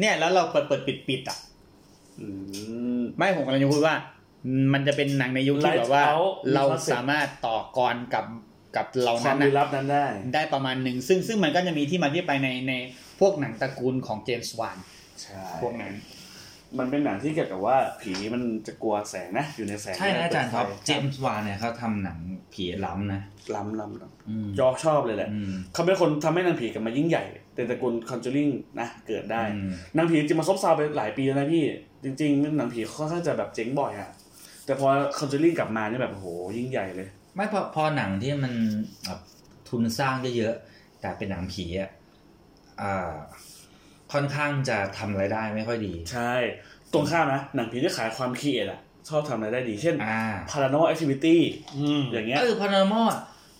เนี่ยแล้วเราเปิดเปิดปิดปิดอ่ะ ไม่ผมกำลังจะพูดว่า มันจะเป็นหนังในยุคที่แบบว่า เราสามารถต่อกรกับกับเรา ควา นั้ ม น ลี้ อะ ลับนั้นได้ ได้ประมาณหนึ่งซึ่งซึ่งมันก็จะมีที่มาที่ไปในในพวกหนังตระกูลของเจมส์วาน ใช่ พวกนั้น มันเป็นหนังที่เกี่ยวกับว่าผีมันจะกลัวแสงนะ อยู่ในแสง ใช่นะอาจารย์ครับ เจ เจ็บ มส์วานเนี่ยเขาทำหนังผีล้ำนะ ล้ำล้ำล้ อืม ำยอชอบเลยแหละ อืม เขาเป็นคนทำให้นางผีกลับมายิ่งใหญ่แต่ตระกูลคอนจูริงนะเกิดได้ อืม นางผีจะมาซบเซาไปหลายปีแล้วนะพี่ จริงๆหนังผีค่อนข้างจะแบบเจ๊งบ่อยอะแต่พอคอนจูริงกลับมาเนี่ยแบบโอ้โหยิ่งใหญ่เลย ไม่พอพอหนังที่มันแบบทุนสร้างเยอะๆแต่เป็นหนังผีอ่ะอ่าค่อนข้างจะทำรายได้ไม่ค่อยดี ใช่ ตรงข้ามนะ หนังผีที่ขายความคิดอะชอบทำอะไรได้ดี เช่น อ่า paranormal activity อืม อย่างเงี้ย เออพานามอ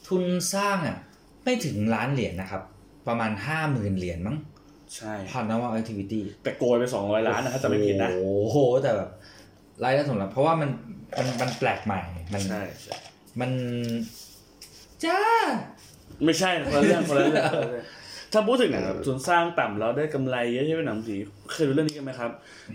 ทุนสร้างอ่ะไม่ถึงล้านเหรียญนะครับ ประมาณห้าหมื่นเหรียญมั้ง ใช่ พานามอ activity แต่โกยไป 200 ล้านนะถ้าจะไม่ผิดนะ โอ้โห แต่แบบรายได้สำหรับเพราะว่ามันมันมันแปลกใหม่มัน ใช่ มันจ้า ไม่ใช่คนละเรื่องคนละเรื่องคนละเรื่องถ้าพูดถึงหนังแบบทุนสร้างต่ำแล้วได้กำไรเยอะใช่ไหมหนังผีเคยดูเรื่องนี้กันไหมครับ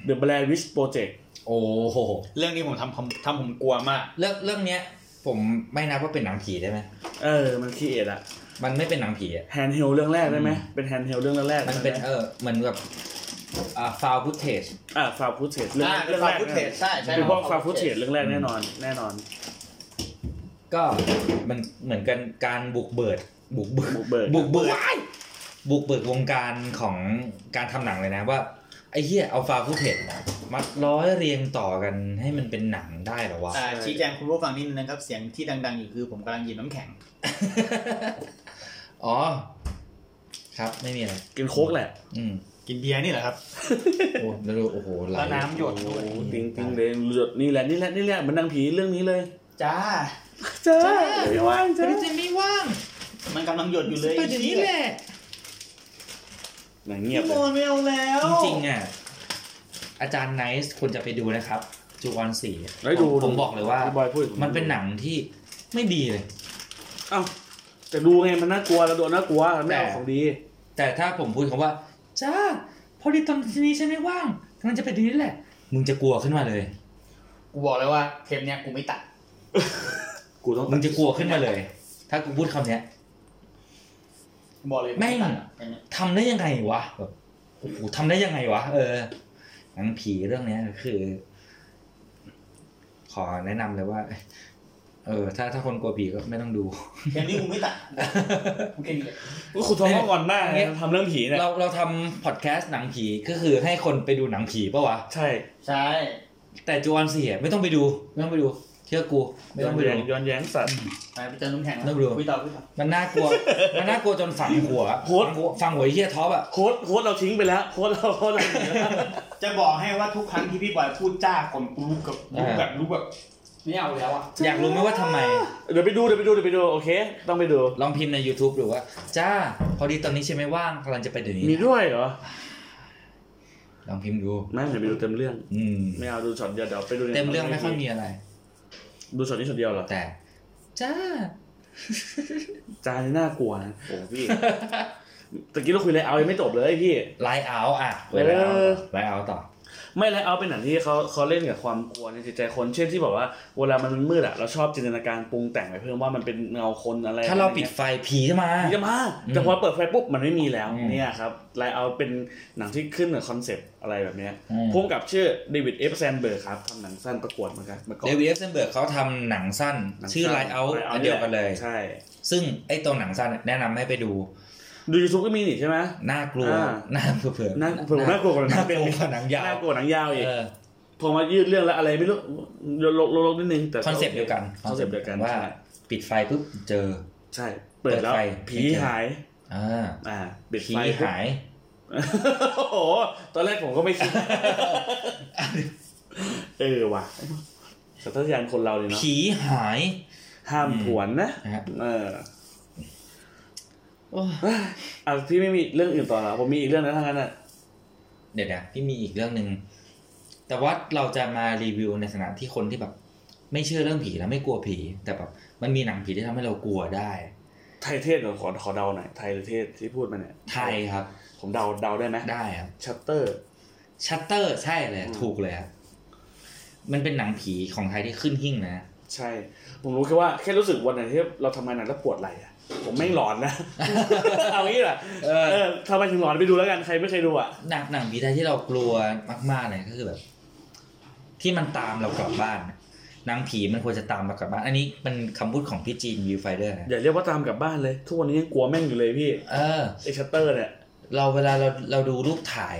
The Blair Witch Project โอ้โห เรื่องนี้ผมทำผมทำผมกลัวมาก เรื่องเรื่องเนี้ย ผมไม่นับว่าเป็นหนังผีได้ไหม เออ มันคิดเอทอะ มันไม่เป็นหนังผีอะ handheld เรื่องแรกได้ไหมเป็น handheld เรื่องแรก มันเป็นเออเหมือนกับอ่าฟาวพุทเทจ อ่าฟาวฟูเทสเรื่อง อ่า เรื่องแรก found footage ใช่ใช่ เป็นพวกฟาวฟูเทสเรื่องแรกแน่นอนแน่นอน ก็มันเหมือนกันการบุกเบิด บุกเบิด บุกเบิก บุกเบิดบุกเบิกวงการของการทำหนังเลยนะว่าไอ้เหี้ยเอาฟาวพุทเทจมัดร้อยเรียงต่อกันให้มันเป็นหนังได้เหรอวะ อ่าชี้แจงคุณผู้ฟังนิดนึงนะครับ เสียงที่ดังๆอยู่คือผมกำลังหยิบน้ำแข็ง อ๋อ ครับไม่มีอะไร กินโค้กแหละ อืม กินเบียร์นี่เหรอครับ โอ้แล้วดูโอ้โหไหล แล้วน้ำหยดด้วย โอ้ติงติงเลยหยดนี่แหละนี่แหละนี่แหละเหมันหนังผีเรื่องนี้เลย จ้า จ้าไม่ว่าง แต่ จ้า จะไม่ว่าง มันกำลังหยดอยู่เลย ไปเดี๋ยวนี้แหละ หนังเงีย พี่ บอบ เลย ลไม่เอาแล้ว จริงๆอ่ะอาจารย์ไนท์ควรจะไปดูนะครับ จูออนสี่ แล้วดู ผมบอกเลยว่า พี่บอยพูดถึง มันเป็นหนังที่ไม่ดีเลย เอ้าแต่ดูไงมันน่ากลัวเราโดนน่ากลัวเราไม่เอา แต่ ของดี แต่ถ้าผมพูดคำว่า จ้า พอดีตอนนี้ฉันไม่ว่างกำลังจะไปเดี๋ยวนี้แหละ มึงจะกลัวขึ้นมาเลย กูบอกเลยว่าเทปเนี้ยกูไม่ตัด กูต้อง มึงจะกลัวขึ้นมาเลย ถ้ากูพูดคำเนี้ย บอกเลย แม่ง ตัดอะอันเนี้ย ทำได้ยังไงวะแบบโอ้โหทำได้ยังไงวะ เออ หนังผีเรื่องเนี้ยคือ ขอแนะนำเลยว่า เออ ถ้าถ้าคนกลัวผีก็ไม่ต้องดู เดี๋ยวนี้กูไม่ ตัดกูเก่งเลย กูคุณท้องว่าวันหน้า เนี่ย ทำเรื่องผีเนี่ย เราเราทำพอดแคสต์หนังผีก็คือให้คนไปดูหนังผีปะวะ ใช่ ใช่ แต่จวนเสียไม่ต้องไปดู ไม่ต้องไปดู เชื่อกู ไม่ ย้อ ต้อน งไป แย้ ดู งย้อนแย้งสัตว์ ไปไปเจอน้ำแข็ง น่าเบื่อ คุยต่อคุยต่อ มัน น่ากลัว มันน่ากลัวจนฝังหัว โคตร ฝังหัวฝังหัวไอ้เฮียท็อปอะ โค้ดโค้ดเราทิ้งไปแล้วโค้ดเราโค้ดเราหนีแล้ว จะบอกให้ว่าทุกครั้งที่พี่บอยพูดจ้าคนกูรู้กับรู้แบบรู้แบบไม่เอาแล้วอ่ะ อยากรู้ไหมว่าทำไม เดี๋ยวไปดูเดี๋ยวไปดูเดี๋ยวไปดูโอเค ต้องไปดู ลองพิมพ์ใน YouTube หรือว่า จ้า พอดีตอนนี้ใช่ไหมว่างกำลังจะไปเดี๋ยวนี้ มี นะ ด้วยเหรอ ลองพิมพ์ดู ไม่เดี๋ยวไปดูเต็มเรื่อง อืม ไม่เอาดูช็อตเดียวเดี๋ยวไปดูใน เต็มเรื่องไม่ค่อยมีอะไร ดูช็อตนี้ช็อตเดียวเหรอ แต่ จ้า จานนี่น่ากลัวนะโอ้ พี่ตะกี้เราคุยอะไรเอายังไม่จบเลยพี่ ไลน์เอาอ่ะ เออ ไลน์เอาต่อ ไม่ไลท์เอาท์เป็นหนังที่เขาเขาเล่นกับความกลัวในจิตใจคนเช่นที่บอกว่าเวลามันมืดอะเราชอบจินตนาการปรุงแต่งไปเพิ่มว่ามันเป็นเงาคนอะไร ถ้าเรา อะไอย่ง ปิดงี้ย ไฟผีจะมา เยอะมากแต่พอเปิดไฟปุ๊บมันไม่มีแล้ว อืม เนี่ยครับไลเอาเป็นหนังที่ขึ้นกับคอนเซปต์อะไรแบบเนี้ย อืม พุ่มกับชื่อเดวิดเอฟแซนเบิร์กครับทำหนังสั้นประกวดเหมือนกันเมื่อก่อน เดวิดเอฟเซนเบิร์กเขาทำหนังสั้น หนังสั้น ชื่อ Light Out Light Out อันเดียวกันเลย ใช่ ซึ่งไอ้ตัวหนังสั้นเนี่ยแนะนำให้ไปดู ดูยูทูบก็มีนี่ใช่ไหม น่ากลัว อ่า น่าเผื่อ นั่นผมน่ากลัวกว่าหนั น่าง กลัวกว่าหนังยาว น่ากลัวหนังยาวอีก เออ พอมายืดเรื่องแล้วอะไรไม่รู้ลกลกนิดนึงแต่ คอนเซปต์เดียวกัน คอนเซปต์เดียวกัน ว่า ใช่ ปิดไฟปุ๊บเจอ ใช่เปิดแล้ว เปิดไฟ ผีหาย อ่า อ่าปิด ผี ไฟ หาย โอ้โหตอนแรกผมก็ไม่คิด เออว่ะสัตยานคนเราเลยเนาะ ผีหาย ห้ามผวนนะ ครับ เอออ่ะพี่ไม่มีเรื่องอื่นต่อแล้วผมมีอีกเรื่องนะทั้งนั้นอ่ะ เดี๋ยวนะพี่มีอีกเรื่องหนึ่งแต่ว่าเราจะมารีวิวในฐานะที่คนที่แบบ ไม่เชื่อเรื่องผีแล้วไม่กลัวผี แต่แบบมันมีหนังผีที่ทำให้เรากลัวได้ ไทยเทศเดี๋ยวขอขอเดาหน่อย ไทยหรือเทศที่พูดมาเนี่ย ไทยครับ ผมเดาเดาได้ไหม ได้ครับ ชัตเตอร์ ชัตเตอร์ใช่เลยถูกเลยครับมันเป็นหนังผีของไทยที่ขึ้นหิ่งนะ ใช่ ผมรู้แค่ว่าแค่รู้สึกวันไหนที่เราทำงานหนักแล้วปวดไหล่อ่ะ ผมไม่งหลอนนะ เอางี้แหละเออทำไมถึงหลอนไปดูแล้วกันใครไม่เคยดูอ่ะ หนังหนังผีไทยที่เรากลัวมากๆเลยก็คือแบบ ที่มันตามเรากลับบ้านน่ะหนังผีมันควรจะตามเรากลับบ้าน อันนี้เป็นคำพูดของพี่จีนวิวไฟเดอร์นะ อย่าเรียกว่าตามกลับบ้านเลย ทุกวันนี้ยังกลัวแม่งอยู่เลยพี่ เออ ไอชัตเตอร์เนี่ย เราเวลาเราเราดูรูปถ่าย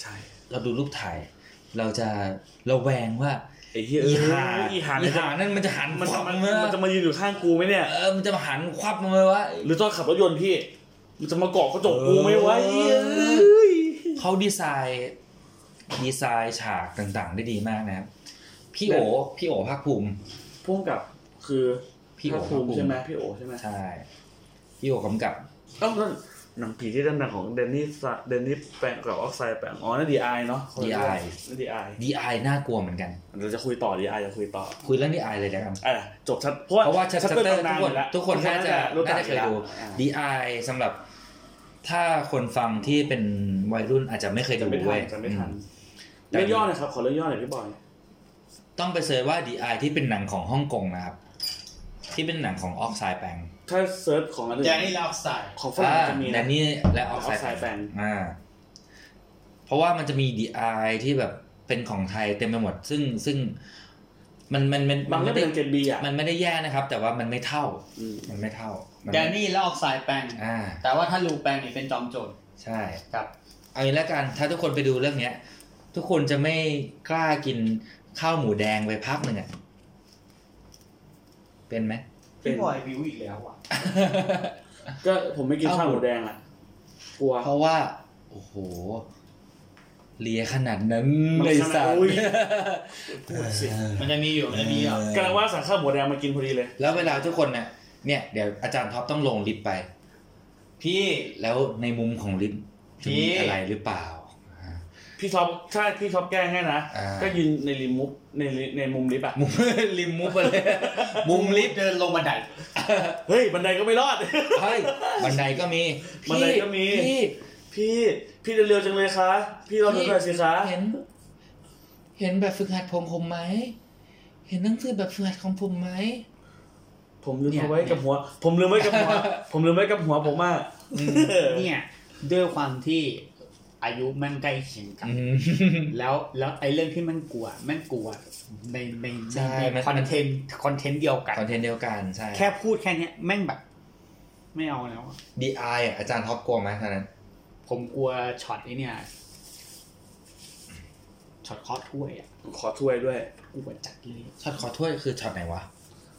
ใช่ เราดูรูปถ่าย เราจะระแวงว่า ไอเฮียเอ อี อ หา อีหา อี เนี่ยจะ หานั่นมันจะหัน มัน ควั จะ บ มัน มา มันจะมายืนอยู่ข้างกูไหมเนี่ย เออมันจะมาหันควับมาเลยว่า หรือตอนขับรถยนต์พี่ มันจะมาเกาะกระจกกูไหม่ไว้ เออ เขาดีไซน์ดีไซน์ฉากต่าง ๆ ได้ดีมากนะครับพี่โอพี่โอภาคภูมิ พุ่มกับคือ พี่โอ ภาคภูภาคมิภูมิ ใช่ไหมพี่โอใช่ไหม ใช่ พี่โอกำกับ เอ้าแล้วหนังผีที่ดังๆของเดนนี่ซะเดนนี่แปลงกับออกไซด์แปลงอ๋อนั่นดีไอเนาะ DI นั่นดีไอ ดีไอน่ากลัวเหมือนกัน เราจะคุยต่อดีไอจะคุยต่อ คุยเรื่องดีไอเลยนะครับ อ่ะจบชัดเพราะ เพราะว่าชัตเตอร์ทุกคน แล้ว ทุกคนน่าจะ รู้จั น่าก จะเคยดู อยู่แล้วอ่ะ DI สำหรับ ถ้าคนฟังที่เป็นวัยรุ่นอาจจะไม่เคย จะ ดู ไม่ทั เว้ยนจะไม่ทัน อืม แต่ เรื่องย่อหนะครับขอเรื่องย่อหน่อยพี่บอย ต้องไปเซิร์ชว่า DI ที่เป็นหนังของฮ่องกงนะครับ ที่เป็นหนังของออกไซด์แปง ถ้าเซิร์ชของอันอื่ แดน น นี่ลาออกไซด์ ของฝรั่งจะมี แด นะ นนี่และอ อ อ อก ก ไซ ไซด์ ด์แป แป ง ง อ่าเพราะว่ามันจะมี DI ที่แบบเป็นของไทยเต็มไปหมด ซึ่งซึ่งมันมันมัน บางเรื่ ไม่ อง ได้ เป็นเกรดบีอ่ะ มันไม่ได้แย่นะครับ แต่ว่ามันไม่เท่า อืม มันไม่เท่ามั แดนนี่ลาออกไซด์แปลง อ่า แต่ว่าถ้าลูแปลงนี่เป็นจอมโจร ใช่ ครับ เอางี้ละกัน ถ้าทุกคนไปดูเรื่องเนี้ย ทุกคนจะไม่กล้ากินข้าวหมูแดงไปพักหนึ่งอ่ะ เป็นไหม พี่บอยวิวอีกแล้วอ่ะ ก็ผมไม่กินข้าวหมูแดงอ่ะกลัว เพราะว่า โอ้โห เลียขนาดนั้น มัน เลย ขนาด สัตว์ อุ๊ย พูดสิ มันจะมีอยู่มันจะมีอ่ะ กำลังว่าสั่งข้าวหมูแดงมากินพอดีเลย แล้วเวลาทุกคนเนี่ยเนี่ย เดี๋ยวอาจารย์ท็อปต้องลงลิฟต์ไป พี่ แล้วในมุมของลิฟต์จะมี พี่ อะไรหรือเปล่า พี่ท็อปถ้าพี่ท็อปแกล้งให้นะ อ่า ก็ยืนในริมมุกในริในมุมลิฟต์อ่ะ มุม ริมมุมไปเลย มุมลิฟต์ เดินลงบันได เฮ้ย บันไดก็ไม่รอด เฮ้ยบันไดก็มี บันไดก็มี พี่ พี่ พี่เดินเร็วจังเลยคะ พี่รอหนูหน่อยสิคะ เห็น เห็นแบบฝึกหัดผมผมไหม เห็นหนังสือแบบฝึกหัดของผมไหม ผมลืมเอาไว้กับหัว ผมลืมไว้กับหัว ผมลืมไว้กับหัวผมอ่ะ เนี่ยด้วยความที่อายุแม่งใกล้เคียงกัน แล้วแล้วไอ้เรื่องที่มันกลัวแม่งกลัวในใน ใช่ ใน มัน คอนเทนต์คอนเทนต์เดียวกัน คอนเทนต์เดียวกันใช่ แค่พูดแค่เนี้ยแม่งแบบ ไม่เอาแล้วอะ DI อ่ะอาจารย์ท็อปกลัวไหมตอนนั้น ผมกลัวช็อตไอ้เนี่ยช็อตเคอถ้วยอ่ะ ขอถ้วยด้วย กลัวจัดเลย ช็อตขอถ้วยคือช็อตไหนวะ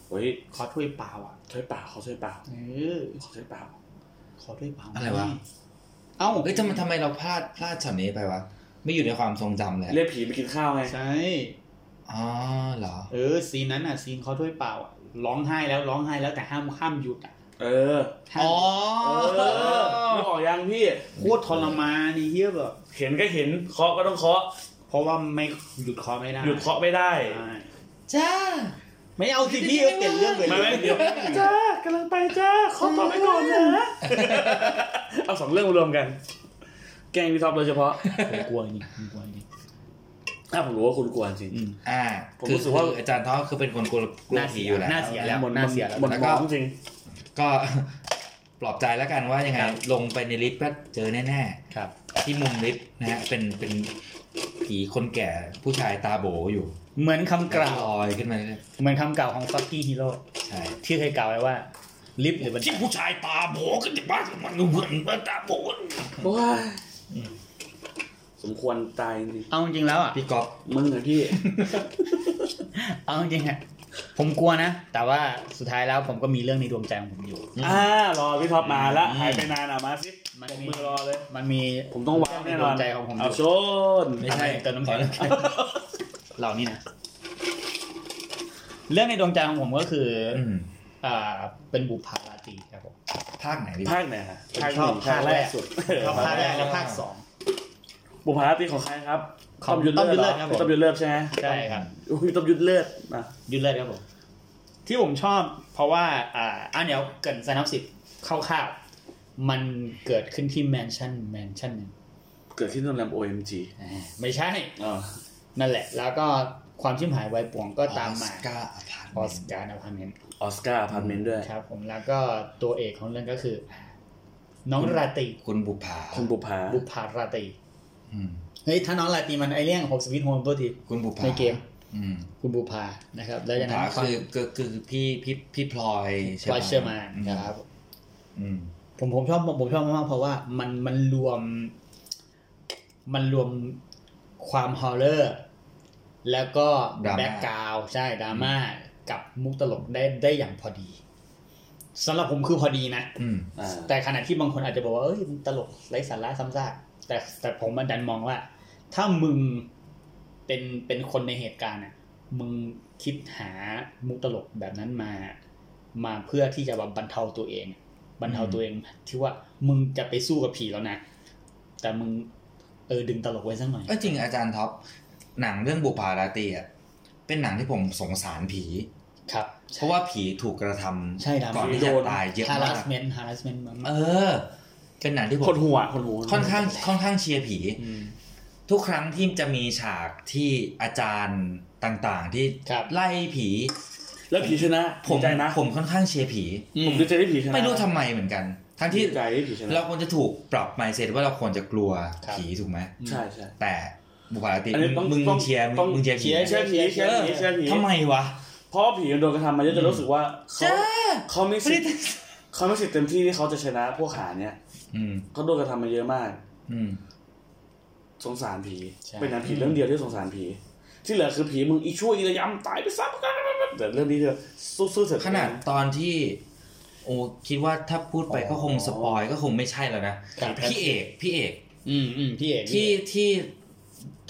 เฮ้ย เคอถ้วยเปล่าอ่ะ ถ้วยเปล่าขอถ้วยเปล่า เออ ขอถ้วยเปล่า เคอถ้วยเปล่า อะไรวะ เอ้า เอ้ยทำไมทำไมเราพลาดพลาดช็อตนี้ไปวะ ไม่อยู่ในความทรงจำเลย เรียกผีไปกินข้าวไง ใช่ อ๋อเหรอ เออซีนนั้นอ่ะซีนเขาถ้วยเปล่าอะร้องไห้แล้วร้องไห้แล้วแต่ห้ามห้ามหยุดอ่ะ เออ ห้าม อ๋อ เออไม่ออกยังพี่ โคตรทรมานนี่เฮียแบบ เห็นก็เห็นเคาะก็ต้องเคาะ เพราะว่าไม่หยุดเคอไม่ได้ หยุดเคาะไม่ได้ ใช่ จ้า ไม่เอาสิพี่เปลี่ยนเรื่องไป ไม่ เล ไม่ ย เดี๋ยวจ้าก ำลังไปจ้าขอต่อไปก่อนนะ เอาสองเรื่องมารวมกัน แกล้งพี่ท็อปโดยเฉพาะ ผมกลัวจริงผมกลัวจริง อ่ะผมรู้ว่าคุณกลัวจริง อืม อ่า ผม คือ รู้สึกว่า คืออาจารย์ท้อคือเป็นคนกลัวกลัวผีอยู่แล้ว น่าเสียแล้ว หมด น่าเสียแล้ว หมด แล้ว ห ก็ วังจริง ก็ ปลอบใจแล้วกันว่ายังไง ลงไปในลิฟต์ก็เจอแน่ ครับ ๆ ที่มุมลิฟต์นะฮะเป็นเป็นผีคนแก่ผู้ชายตาโบอยู่ เหมือนคำกล่าว ลอยขึ้นมาเรื่อย เหมือนคำกล่าวของฟักกี้ฮีโร่ ๆใช่ ที่เคยกล่าวไว้ว่า ลิฟต์หรือบันได ที่ผู้ชายตาโบก็จะบ้านมันเหมือนว่าตาโบ ว้ายสมควรตายจริง เอาจริงๆแล้วอ่ะ พี่ก๊อฟ มึงนะพี่ เอาจริงๆอ่ะผมกลัวนะ แต่ว่าสุดท้ายแล้วผมก็มีเรื่องในดวงใจของผมอยู่ อ่ารอพี่ท็อปมาละหายไปนานอ่ะมาสิ มัน ผม มี มือรอเลย มันมี ผมต้องวาง เรื่ใน แน่น ด อ วน งใจของผมอ เอา ยู่ ชน ไม่ใช่เติมน้ำแข็งเรานี่นะเรื่องในดวงใจของผมก็คืออ อืม อ่าเป็นบุพาราตรีครับผม ภาคไหนดี ภาคไหนฮะ ภาค หนึ่ง ภาคแรก สุด ชอบภาคแรกและภาคสอง บุพภาราตรีของใครครับ ของ ต้อมยุทธเลิศเหรอ ครับผม ต้อมยุทธเลิศใช่ไหม ใช่ครับ อุ้ยต้อมยุทธเลิศนะ ยุดเลยครับผม ที่ผมชอบเพราะว่า อ่าอันเดี๋ยวเกรินสนับสิบคร่าวๆมันเกิดขึ้นที่แมนชั่นแมนชั่นหนึ่ง เกิดที่โรงแรม OMG อ่าไม่ใช่ อ๋อ นั่นแหละ แล้วก็ความชิมหายไวายป่วงก็ตามมา Oscar Apartment ออสการ์นะพาร์เมนต์ ออสการ์พาร์ตเมนต์ด้วย ครับผมแล้วก็ตัวเอกของเรื่องก็คือ น้องราตรี คุณบุภา คุณบุพภา บุพภาราตรี อืม เฮ้ย ถ้าน้องราตรีมันไอเรื่องหกสวิตโฮมตัวที คุณบุภา ในเกม อืม คุณบุพภานะครับ แล้ว บุ จากนั้ ภาน คือคือคือคือพี่พี่พี่พลอยใช่ไห ควาเชื่อร์แมานนะครับ อืม ผมผมชอบผมชอบมากๆเพราะว่ามันมันรวม มันรวมความฮอลเลอร์แล้วก็แบ็กกราวใช่ดราม่ากับมุกตลกได้ได้อย่างพอดีสำหรับผมคือพอดีนะ อืม อ่า แต่ขณะที่บางคนอาจจะบอกว่าเอ้ยมันตลกไร้สาระซ้ำซากแต่แต่ผมมันดันมองว่า ถ้ามึงเป็นเป็นคนในเหตุการณ์อ่ะ มึงคิดหามุกตลกแบบนั้นมา มาเพื่อที่จะแบบบรรเทาตัวเองอะบรรเทาตัวเอง ที่ว่ามึงจะไปสู้กับผีแล้วนะ แต่มึงเออดึงตลกไว้สักหน่อย เอ้ยจริงอาจารย์ท็อปหนังเรื่องบุภาราตรีอ่ะเป็นหนังที่ผมสงสารผี ครับ เพราะว่าผีถูกกระทำ ใช่ครับ ก่อนที่จะตายเยอะมาก harassment harassment มาก เออ เป็นหนังที่ผม คนหัวคนหัว ค่อนข้างค่อนข้างเชียร์ผี อืม ทุกครั้งที่จะมีฉากที่อาจารย์ต่างๆ ที่ ครับ ไล่ผี แล้วผีชนะ ผม ดีใจนะ ผมค่อนข้างเชียร์ผี ผมดีใจที่ผีชนะ ไม่รู้ทำไมเหมือนกัน ทั้ง ที่ ที่ ใจที่ผีชนะ เราควรจะถูกปรับไมเซ็ตว่าเราควรจะกลัวผีถูกไหม ใช่ใช่ แต่บุคลาติ อันนี้ต้อง มึง ต้ มึ อง งเชียร์มึง ต้อง มึงเชียร์ผี เชียร์ เชื่อผีเชื่อผีเชื่อผี ทำไมวะ เพราะว่าผีมันโดนกระทำมาเยอะจนรู้สึกว่าเขาเขาไม่สิทธิ์เขาไม่สิทธิ์เต็มที่ที่เขาจะชนะพวกหาเนี่ย อืม เขาโดนกระทำมาเยอะมาก อืม สงสารผี ใช่ เป็นหนังผีเรื่องเดียวที่สงสารผี ที่เหลือคือผีมึงอีชั่วอีระยำตายไปซะแต่เรื่องนี้เธอสู้สู้เสร็จ ขนาดตอนที่ โอ้คิดว่าถ้าพูดไปก็คงสปอยก็คงไม่ใช่แล้วนะครับ พี่เอกพี่เอก อืมอืมพี่เอก ที่ที่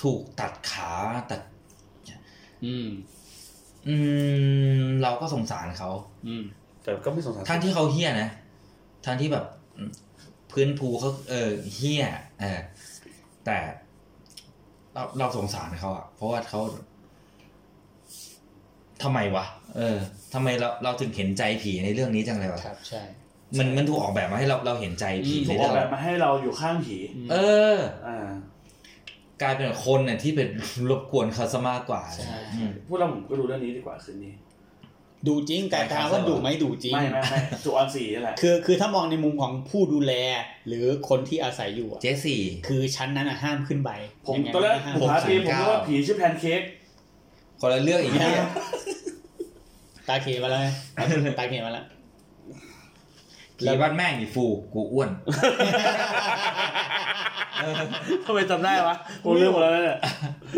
ถูกตัดขาตัด อืม อืมเราก็สงสารเขา อืม แต่ก็ไม่สงสาร ทั้งที่เขาเฮี้ยนะ ทั้งที่แบบพื้นภูเขาเออเฮี้ยเออแต่เราเราสงสารเขาอะเพราะว่าเขาทำไมวะ เออทำไมเราเราถึงเห็นใจผีในเรื่องนี้จังเลยวะ ครับใช่ มันมันถูกออกแบบมาให้เราเราเห็นใจผี อืม ใน ถูกอ เรื่ อ อกง แบบมาให้เราอยู่ข้างผี เออ อ่าก ลายเป็นคนเนี่ยที่เป็น รบกวนเขาซะมากกว่า ใช่ อืม พูดแล้วผมก็ดูเรื่องนี้ดีกว่าคืนนี้ ดูจริงแต่ถามว่าดูไหมดูจริง ไม่ไม่ไม่จูออนสีนั่นแหละ คือคือถ้ามองในมุมของผู้ดูแลหรือคนที่อาศัยอยู่อะ เจสี่ คือชั้นนั้นอะห้ามขึ้นไป ผม ยังไง ตอนแรก ห้าม ผมหา ผม ทีผม เก้า นึกว่าผีชื่อแพนเค้ก คนละเรื่องอีกเนี่ย ตาเขมาแล้วไงตาเขมาแล้ว ผีบ้านแม่งอีฟูกูอ้วน ทำไมจำได้วะผมลืมหมดแล้วเนี่ย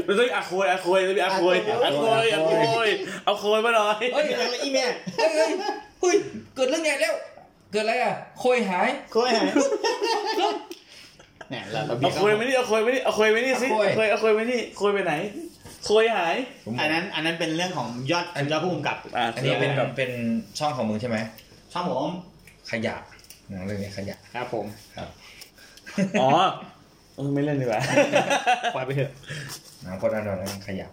มันต้องมีอาโคยอาโคยต้องมีอาโคยอาโคยอาโคยเอาโคยมาหน่อย เฮ้ยอะไรอีแม่ เฮ้ยเฮ้ยเฮ้ย เกิดเรื่องใหญ่แล้ว เกิดอะไรอ่ะโคยหาย โคยหายเนี่ยเราเรา เอาโคยไม่นี่เอาโคยไม่นี่เอาโคยไม่นี่สิเอาโคยเอาโคยไม่นี่โคยไปไหนโคยหาย อันนั้น อันนั้นเป็นเรื่องของยอดยอดผู้กำกับ อ่า อันนี้เป็นแบบเป็นช่องของมึงใช่ไหม ช่องผม ขยะหนังเรื่องนี้ขยะ ครับผม อ๋อเออไม่เล่นดีกว่า ปล่อยไปเถอะ หนังพจน์อานนท์เรื่องขยะ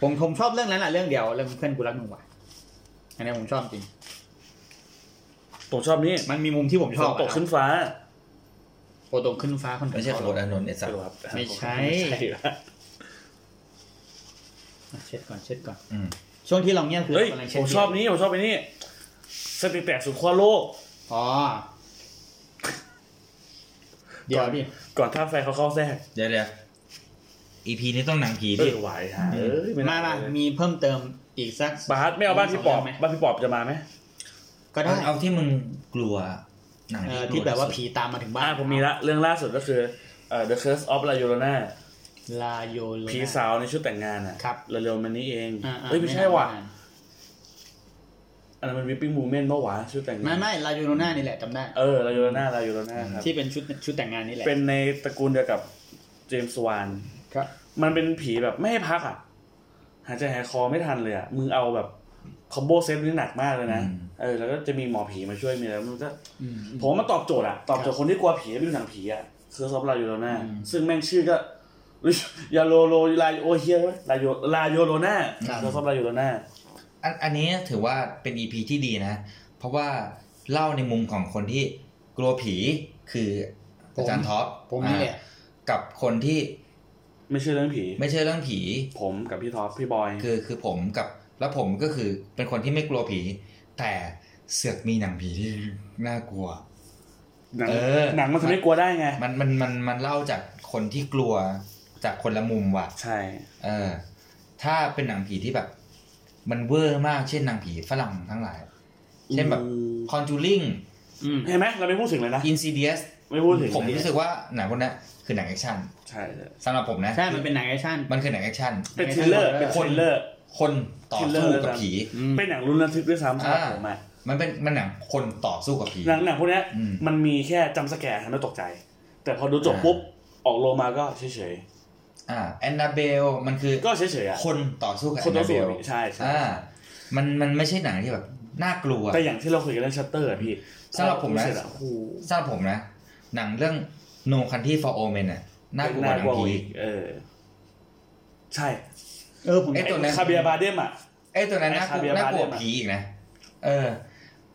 ผมผมชอบเรื่องนั้นแหละเรื่องเดียวเรื่องเพื่อนกูรักมึงว่ะอันนี้ผมชอบจริง ผมชอบนี่ มันมีมุมที่ผมช ฝ อน บ ตกขึ้นฟ้า โปรตรงขึ้นฟ้าคนเดียว ไม่ใช่ของโอดอานนท์ไอ้สัตว์ ครับ ไม่ใช่ ไม่ใช่ละ อ่ะเช็ดก่อนเช็ดก่อน อืม ช่วงที่เราเงียบคือ เฮ้ย กำลัง ผ เช็ด มชอบนี้ผมชอบไอ้นี่สติแตกสุดขั้วโลก อ๋อ เดี๋ยวดิ ก่อนท่าแฟนเขาเข้าแทรก เดี๋ยวเดี๋ยว EP นี้ต้องหนังผี เอ ดิ อไหวฮะเอ้ย มามา เลย มีเพิ่มเติมอีกสัก บาสไม่เอาบ้านพี่ปอบ เอาไหม บ้านพี่ปอบจะมาไหม ก็ได้ เอาที่มึงกลัวหนัง เอ ที่ อกที่ลัแบบว่า สุด ผีตามมาถึงบ้า บ้าน นผมมีละเรื่องล่าสุดก็คือเอ่อ The Curse of La Llorona ลาโยโล ผีสาวในชุดแต่งงานอ่ะ ครับ เร็วๆมันนี้เอง อ่าๆ เอ้ยไม่ใช่ว่ะ นาน อันนั้นมัน Whipping Woman เมื่อวานชุดแต่งงา ไม่ น ไม่ลาโยโลน่านี่แหละจำได้ เออ La Llorona La Llorona ครับ ที่เป็นชุดชุดแต่งงานนี่แหละ เป็นในตระกูลเดียวกับเจมส์วาน ครับ มันเป็นผีแบบไม่ให้พักอ่ะหายใจหายคอไม่ทันเลยอ่ะมึงเอาแบบคอมโบเซตนี่หนักมากเลยนะเออแล้วก็จะมีหมอผีมาช่วยมีอะไรมันก็ผมว่ามันตอบโจทย์อ่ะ ตอบโจทย์คนที่กลัวผีไม่ดูหนังผีอ่ะคือซอบลาโยโรนาซึ่งแม่งชื่อก็ ยาโลโลลาโอเฮียลาโยลาโยโรนาคือซอบลาโยโรนา อันอันนี้ถือว่าเป็น EP ที่ดีนะ เพราะว่าเล่าในมุมของคนที่กลัวผีคืออาจารย์ท็อป ผมนี่แหละ อ่ากับคนที่ ไม่ใช่เรื่องผี ไม่ใช่เรื่องผี ผมกับพี่ท็อปพี่บอย คือคือผมกับแล้วผมก็คือเป็นคนที่ไม่กลัวผี แต่เสือกมีหนังผีที่น่ากลัว หนัง เออ หนังมันทำให้กลัวได้ไง มันมันมันมันเล่าจากคนที่กลัวจากคนละมุมว่ะ ใช่ เออ ถ้าเป็นหนังผีที่แบบ มันเวอร์มากเช่นหนังผีฝรั่งทั้งหลาย เช่นแบบ อืม Conjuring อืม เห็นไหมเราไม่พูดถึงเลยนะ Insidious ไม่พูดถึง ผมรู้สึกว่าหนังพวกนั้นคือหนังแอคชั่น ใช่ใช่ สำหรับผมนะ ใช่มันเป็นหนังแอคชั่น มันคือหนังแอคชั่น เป็นทริลเลอร์เป็นทริลเลอร์ คนต่อสู้กับผี อืม เป็นหนังรุนระทึกด้วยซ้ำสำหรับ อ่า ผมอะ มันเป็นมันหนังคนต่อสู้กับผี หนังหนังพวกเนี้ย อืม มันมีแค่จำสแกร์ทำให้ตกใจ แต่พอดูจบ อ่า ปุ๊บ ออกโลมาก็เฉย อ่าแอนนาเบลมันคือ ๆ ก็เฉยๆอ่ะ คนต่อสู้กับ ค แอน น ต่ นา อ เบ สู้ ล ใช่ใช่ อ่า มันมันไม่ใช่หนังที่แบบน่ากลัว แต่อย่างที่เราคุยกันเรื่องชัตเตอร์อะพี่ สำหรับผมนะ เสจอะโอ้โห สำหรับผมนะ หนังเรื่อง No Country for Old Men น่ะน่ากลัวกว่าหนังผี อีกเออ ใช่ เออผม ไอ้ตัวนั้น คาเบียบาเดมอ่ะ ไอ้ยตัวนั้นน่ากลัว ไอ้ Javier น่ากลัว Bardem อะ ผีอีกนะเออ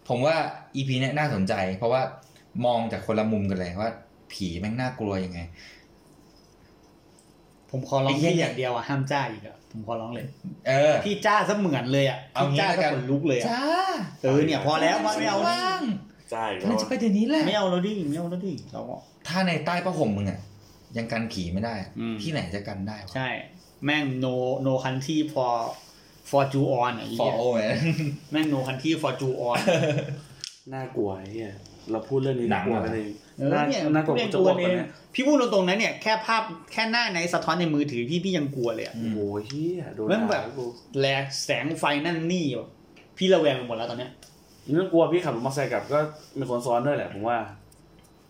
ผมว่าอีพีนี้ยน่าสนใจ เพราะว่ามองจากคนละมุมกันเลยว่า ผีแม่งน่ากลัวยังไง ผมขอร้อง ไอ้เหี้ย พี่อย่างเดียวอะห้ามจ้าอีกอะผมขอร้องเลย เออ พี่จ้าซะเหมือนเลยอะ เอา พี่ งี้ จ้า แล้วกั ซะขนนลุกเลยอะ จ้า เออเนี่ย พอแล้วไม่เอาดิ ว่าง ใช่ กำลังจะไปเดี๋ยวนี้แหละ ไม่เอาแล้วดิไม่เอาแล้วดิเราก็ ถ้าในใต้ผ้าห่มมึงอะยังกันผีไม่ได้ อืม ที่ไหนจะกันได้วะ ใช่ แม่ง no no country for for Jew on อะไอ้ ฟอ เหี้ย โอแมน แม่ง no country for Jew on น่ากลัวไอ้เฮียเราพูดเรื่องนี้ หนั น่าง กลัว อะ กันเลย เออ น่า เนี่ย น่ากลัว เรื่องกจะลั บ ว อก เอ กัน ง นะ พี่พูดตรงๆนะเนี่ยแค่ภาพแค่หน้าในสะท้อนในมือถือพี่พี่ยังกลัวเลยอะ โอ้โหเฮียโดน เรื่องแบบ ด่ากู แลแสงไฟนั่นนี่แบบพี่ระแวงไปหมดแล้วตอนเนี้ย เรื่องกลัวพี่ขับรถมอเตอร์ไซค์กลับก็มีคนซ้อนด้วยแหละผมว่า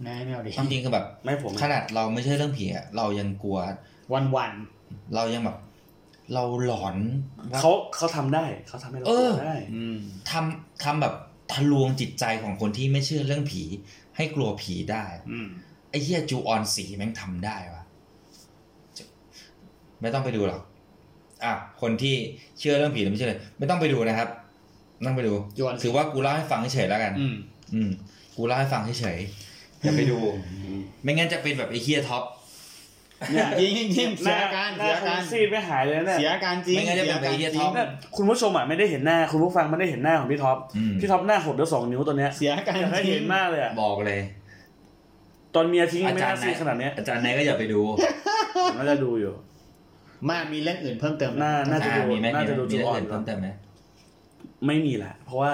นะไม่เอาดิ ความจริงคือแบบ ไม่ผม ขนาดเราไม่ใช่เรื่องผีอะเรายังกลัว วันวัน เรายังแบบ เราหลอนว่า เขาเขาทำได้เขาทำให้เรา เอก ลั อ วได้ ๆอืม ทำทำแบบทะลวงจิตใจของคนที่ไม่เชื่อเรื่องผี ให้กลัวผีได้ อืม ไอ้เหี้ยจูออนสีแม่งทำได้วะจะไม่ต้องไปดูหรอกอ่ะคนที่เชื่อเรื่องผีหรือไม่เชื่อเลยไม่ต้องไปดูนะครับไม่ต้องไปดู จูออนสี ถือว่ากูเล่าให้ฟังเฉยๆแล้วกัน อืม อืม กูเล่าให้ฟังเฉยๆอย่าไปดู ไม่งั้นจะเป็นแบบไอ้เฮียท็อป เนี่ยยิงยิงยิงเสียอาการ หน้ เสียอา คุ กา ณ ร ซีดไม่หายเลยนะเนี่ย เสียอาการจริง ไม่งั้นจะสีเป็นยอาการ ไอ้เหี้ย จริ ท็ ง อป แบบคุณผู้ชมอ่ะไม่ได้เห็นหน้า คุณผู้ฟังไม่ได้เห็นหน้าของพี่ท็อป อืม พี่ท็อปหน้าหดด้วยสองนิ้วตัวเนี้ย เสียอาการ อยากให้ จริ เห็ ง นมากเลยอ่ะ บอกเลย ตอนเมียทิ้งไม่ อาจารย์น่าซีด นะ ขนาดเนี้ย อาจารย์นายก็อย่าไปดู ผมน่าจะดูอยู่ มามีเรื่องอื่นเพิ่มเติมไหม น่า น่าจะดู อ่มีไหม น่าจะดู มี จู เรื่ อ อง อน อื่นเพิ่มเติมไหม ไม่มีแหละ เพราะว่า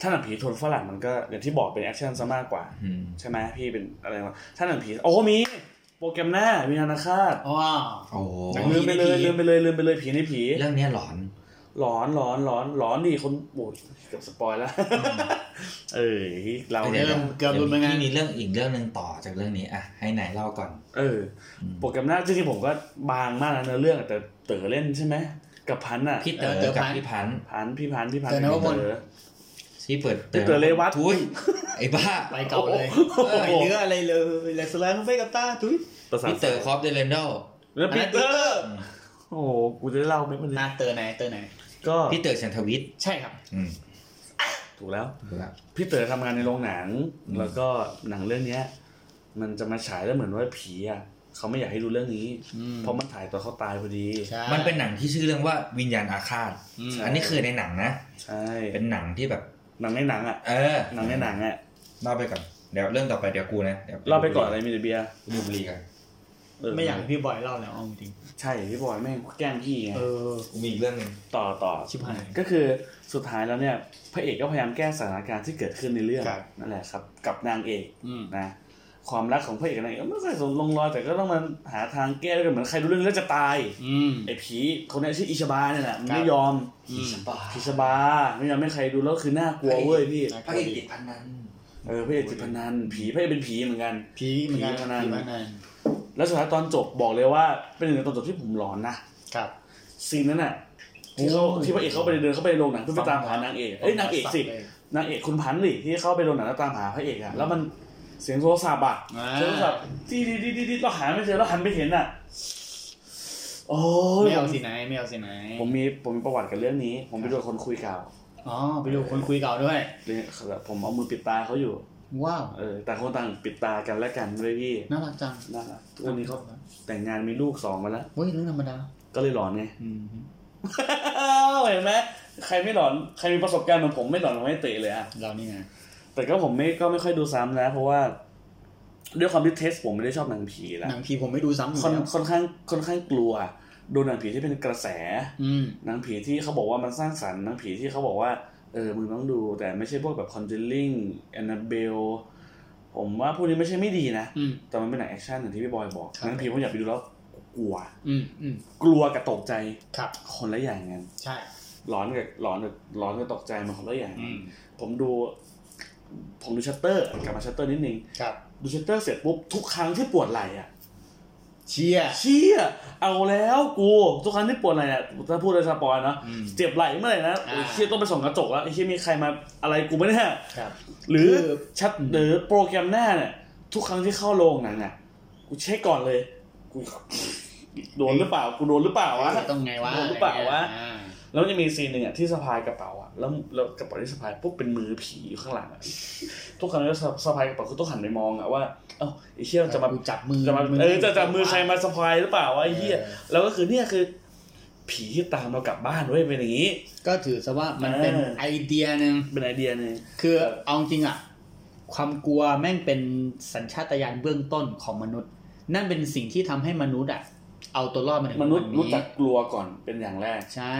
ถ้าหนังผีโทนฝรั่งมันก็อย่างที่บอกเป็นแอคชั่นซะมากกว่า อืม ใช่ไหมพี่เป็นอะไรวะถ้าหนังผีโอ้มี โปรแกรมหน้าวิญญาณคาต อ๋อ โอ้โห ลืมไปเลยลืมไปเลยลืมไปเลยผีในผี เรื่องเนี้ยหลอน หลอนหลอนหลอนหลอนดิคนโอ้ยเกือบสปอยแล้ว เออเราเนี่ย เริ่มเกือบรุนแรง พี่มีเรื่องอีกเรื่องหนึ่งต่อจากเรื่องนี้อ่ะให้ไหนเล่าก่อน เอออโปรแกรมหน้าจริงๆผมก็บางมากนะเนื้อเรื่องอะแต่เต๋อเล่นใช่ไหมกับพันธ์อ่ะ พี่เต๋อกับพี่พันธ์ พันธ์พี่พันธ์พี่พันธ์ เต๋อนวพล เต๋อ ที่เปิด พี่เต๋อเรวัต ทุยไอ้บ้า ไปเก่าเลย โอ้โห ไปเนื้ออะไรเลยและสลายลงไปกับตาทุย ประสาน พี่เต๋อคอฟเดเรนดอล แล้ว อั ปี นนั้น เตอ ปีเตอร์ ร์โอ้โหกูจะได้เล่าไหมมัน ห ย น้าเตอร์ไหนเตอร์ไหน ก็ พี่เต๋อฉันทวิทย์ ใช่ครับ อืม ถูกแล้ว ถูกแล้ว พี่เต๋อทำงานในโรงหนัง แล้วก็หนังเรื่องเนี้ย มันจะมาฉายแล้วเหมือนว่าผีอ่ะเขาไม่อยากให้ดูเรื่องนี้ เพราะมันถ่ายตอนเขาตายพอดี ใช่ มันเป็นหนังที่ชื่อเรื่องว่าวิญญาณอาฆาต อืม ใช่ อันนี้คือในหนังนะ ใช่ เป็นหนังที่แบบ หนังในหนังอ่ะ เออ หนังในหนังอ่ะ เล่าไปก่อน เดี๋ยวเรื่องต่อไปเดี๋ยวกูนะดี๋ยว เล่าไปก่อนอะไรมีแต่เบียร์ ดูบุหรีกัน เ ไม่อยากให้พี่บอยเล่าแล้วเอาจริง ใช่พี่บอยแม่งแกล้งพี่ไง ๆเออ กูมีอีกเรื่องหนึ่ง ต่อต่อ ชิบหาย ก็คือสุดท้ายแล้วเนี่ยพระเอกก็พยายามแก้สถานการณ์ที่เกิดขึ้นในเรื่อง ครับ นั่นแหละครับ กับนางเอก อืม นะความรักของพระเอกกับนางเอกไม่ค่อยสมลงรอยแต่ก็ต้องมาหาทางแก้ด้วยกันเหมือนใครรู้เรื่องแล้วจะตาย อืม ไอ้ผีคนนี้ชื่ออิชบาเนี่ยแหละมัน ครับ ไม่ยอม อืม อิชบาไม่ยอมให้ใครดูแล้วคือน่ากลัวเว้ยพี่ น่ากลัว พระเอกติดพันนั้น เออพระเอกจิตพนันผีพระเอกเป็นผีเหมือนกัน ผีเหมือนกัน ผี ผี พ พ นั นั น น แล้วสุดท้ายตอนจบบอกเลยว่าเป็นหนึ่งในตอนจบที่ผมหลอนนะครับ ซีนนั้นน่ะที่เขา โอ้ ที่พระเอกเขาไปเดินเข้าไปในโรงหนังเพื่อไปตามหานางเอกเอ้ยนางเอกสินางเอกคุณพันธ์ดิที่เข้าไปโรงหนังแล้วตามหาพระเอกอะแล้วมันเสียงโทรศัพท์อะ อ่า เสียงโทรศัพท์ที่ดีดีดีดีเราหาไม่เจอเราหันไปเห็นอะโอ้ย ไม่เอาสิไหนไม่เอาสิไหน ผมมีผมมีประวัติกับเรื่องนี้ ผมไปดูคนคุยเก่า อ๋อไปดูคนคุยเก่าด้วย เนี่ยครับผมเอามือปิดตาเขาอยู่ ว้าว เออต่างคนต่างปิดตากันและกันด้วยพี่ น่ารักจัง น่ารักทุกวันนี้เขาแต่งงานมีลูกสองมาแล้ว เฮ้ยเรื่องธรรมดา ก็เลยหลอนไง อืม เห็นไหมใครไม่หลอน ใครมีประสบการณ์เหมือนผมไม่หลอนผมไม่เตะเลยอะ เรานี่ไง แต่ก็ผมไม่ก็ไม่ค่อยดูซ้ำนะ เพราะว่า ด้วยความที่เทสผมไม่ได้ชอบหนังผีละ หนังผีผมไม่ดูซ้ำอยู่ ค่อน แล้ว ค่อนข้างค่อนข้างกลัว ดูหนังผีที่เป็นกระแส อืม หนังผีที่เขาบอกว่ามันสร้างสรรค์หนังผีที่เขาบอกว่า เออ มึงต้องดูแต่ไม่ใช่พวกแบบ Conjuring Annabelle ผมว่าพวกนี้ไม่ใช่ไม่ดีนะ อืม แต่มันเป็นหนังแอคชั่นอย่างที่พี่บอยบอก ครั ห บ นังผีผมอยากไปดูแล้วกลัว อืมอืม กลัวกับตกใจ ครับ คนละอย่างกัน ใช่ หลอนกับหลอนกับหลอนกับตกใจมันคนละอย่าง อืม ผมดู ผมดูชัตเตอร์กลับมาชัตเตอร์นิดนึง ครับ ดูชัตเตอร์เสร็จปุ๊บทุกครั้งที่ปวดไหล่อะ เชียร์ เชี่ยเอาแล้วกูทุกครั้งที่ปวดไหล่อะถ้าพูดโดยสปอยเนาะ อืม เจ็บไหล่เมื่อไหร่นะ อ่า โอ้ยเชี่ยต้องไปส่องกระจกแล้วไอ้เชี่ยมีใครมาอะไรกูไหมเนี่ย ครับ หรือ คือ ชัดหรือโปรแกรมหน้าเนี่ยทุกครั้งที่เข้าโรงหนังเนี่ยกูเช็คก่อนเลยกู โดนหรือเปล่ากูโดนหรือเปล่าวะ ต้องไงวะ โดนหรือเปล่าวะ อ่า แล้วมันจะมีซีนหนึ่งอ่ะที่สะพายกระเป๋าอ่ะแล้วแล้วกระเป๋าที่สะพายปุ๊บเป็นมือผีอยู่ข้างหลังอ่ะทุกครั้งที่สะพายกระเป๋ากูต้องหันไปมองอ่ะว่าเอ้าไอ้เชี่ยมันจะมา กูจับมือ จะมา มึง เออจะจับมือใครมาสะพายหรือเปล่าวะไอ้เชี่ย เออ แล้วก็คือเนี่ยคือ ผีที่ตามเรากลับบ้านเว้ยเป็นอย่างนี้ ก็ถือซะว่ามันเป็น เออ ไอเดียหนึ่ง เป็นไอเดียหนึ่ง คือเอาจริงอะความกลัวแม่งเป็นสัญชาตญาณเบื้องต้นของมนุษย์ นั่นเป็นสิ่งที่ทำให้มนุษย์อะเอาตัวรอดมาถึง มนุษย์ วั รู้จักกลัวก่อนเป็นอย่างแรก ใช่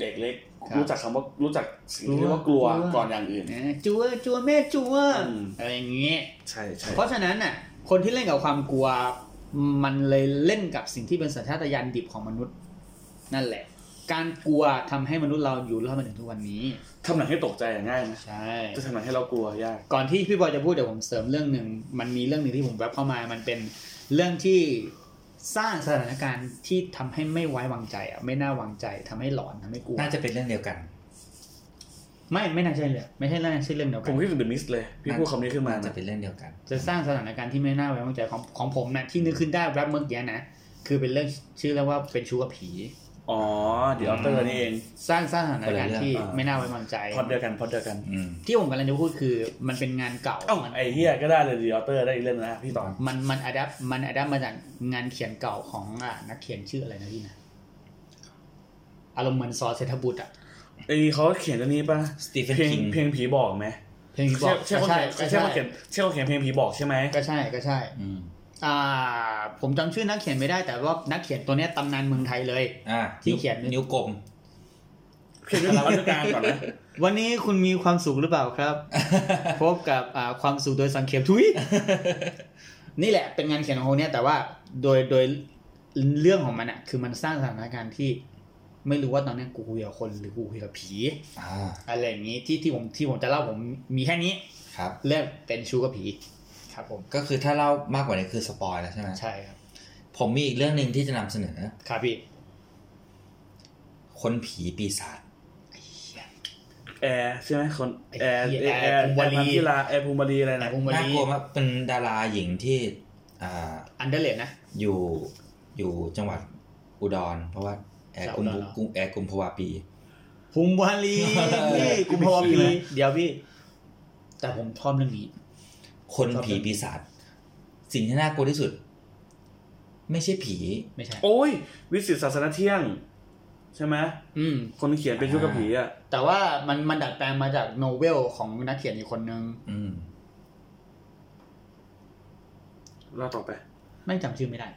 เด็กเด็กเล็ก ครับ รู้จักคำว่ารู้จักสิ่งกลัวที่เรียกว่ากลัว กลัว ก่อนอย่างอื่น นะจัวจัวแม่จัว อืม อะไรอย่างเงี้ย ใช่ใช่ เพราะฉะนั้นน่ะคนที่เล่นกับความกลัว มันเลยเล่นกับสิ่งที่เป็นสัญชาตญาณดิบของมนุษย์ นั่นแหละ การกลัวทำให้มนุษย์เราอยู่รอดมาถึงทุกวันนี้ ทำหนังให้ตกใจอะง่ายนะ ใช่ จะทำหนังให้เรากลัวยาก ก่อนที่พี่บอยจะพูดเดี๋ยวผมเสริมเรื่องหนึ่งมันมีเรื่องหนึ่งที่ผมแวบเข้ามา มันเป็นเรื่องที่สร้างสถานการณ์ที่ทำให้ไม่ไว้วางใจอ่ะไม่น่าวางใจทำให้หลอนทำให้กลัว น่าจะเป็นเรื่องเดียวกัน ไม่ไม่น่าใช่เลยไม่ใช่น่าใช่เรื่องเดียว ผ กัน มคิดถึงเดอะมิสเลย พี่พูดคำนี้ขึ้นมา น่าจะ นะ เป็นเรื่องเดียวกัน จะสร้างสถานการณ์ที่ไม่น่าไว้วางใจของของผมนะที่นึกขึ้นได้แวบเมื่อกี้นะคือเป็นเรื่องชื่อเรื่องว่าเป็นชู้กับผี อ๋อเดี๋ยวออเตอร์นี่เอง สร้างสร้างสถานการณ์ คนละเรื่อง ที่ไม่น่าไว้วางใจ พอดเดียวกันพอดเดียวกัน อืม ที่ผมกำลังจะพูดคือมันเป็นงานเก่า เอ้า มัน ไอ้เฮียก็ได้เลยเดียวออเตอร์ได้อีกเรื่องนะพี่ตอน มันมันอัดมันอัดมาจากงานเขียนเก่าของอ่ะนักเขียนชื่ออะไรนะพี่นะอารมณ์เหมือนซอเซทบุตรอ่ะ ไอ้เขาเขียนเรื่องนี้ป่ะ Stephen เพลง King เพลงผีบอกไหม เพลงบอ ใช่ ก ใช่เขาเขียนใช่เขาเขียนใช่เขาเขียนเพลงผีบอกใช่ไหม ก็ใช่ก็ใช่ อืม อ่า ผมจำชื่อนักเขียนไม่ได้ แต่ว่านักเขียนตัวเนี้ยตำนานเมืองไทยเลย อ่า ที่เขียน นิ้วกลม เขียนเรื่องราวด้วยกันก่อนนะ วันนี้คุณมีความสุขหรือเปล่า ครับ พบกับอ่าความสุขโดยสังเขปทุย นี่แหละเป็นงานเขียนของคนเนี้ยแต่ว่าโดยโดยเรื่องของมันอ่ะ คือมันสร้างสถานการณ์ที่ ไม่รู้ว่าตอนนี้กูคุยกับคนหรือกูคุยกับผี อ่า อะไรอย่างนี้ที่ที่ผมที่ผมจะเล่าผมมีแค่นี้ ครับ เรื่องเป็นชูกับผีครับผม ก็คือถ้าเล่ามากกว่านี้คือสปอยแล้วใช่ไหม ใช่ครับ ผมมีอีกเรื่องหนึ่งที่จะนำเสนอ ครับพี่ คนผีปีศาจ แอร์ใช่ไหมคนแอร์ ไอ้เหี้ แอแอย ร์แอ ร์ ร์ ภูมิ แอ ว ร์ ลี พันธิลาแอร์ภูมิวลีอะไร แต่ นะ ผมวัน น่า นี้ กลัวมากเป็นดาราหญิงที่อ่า อันเดอร์เลดนะ อยู่อยู่จังหวัดอุดร เพราะว่าแอร์ จาก กุม อุดรเหรอ กุมแอร์กุมภาวะปี ภูมิวารีพี่กุมภาวะพีเดี๋ยวพี่ แต่ผมชอบเรื่องนี้ คนผีปีศาจ สิ่งที่น่ากลัวที่สุด ไม่ใช่ผี ไม่ใช่ โอ้ย วิสิตศาสนาเที่ยง ใช่ไหม อืม คนเขียนเป็นยุคกับผีอ่ะ แต่ว่ามันมันดัดแปลงมาจากโนเวลของนักเขียนอีกคนนึง อืม เล่าต่อไป ไม่จำชื่อไม่ได้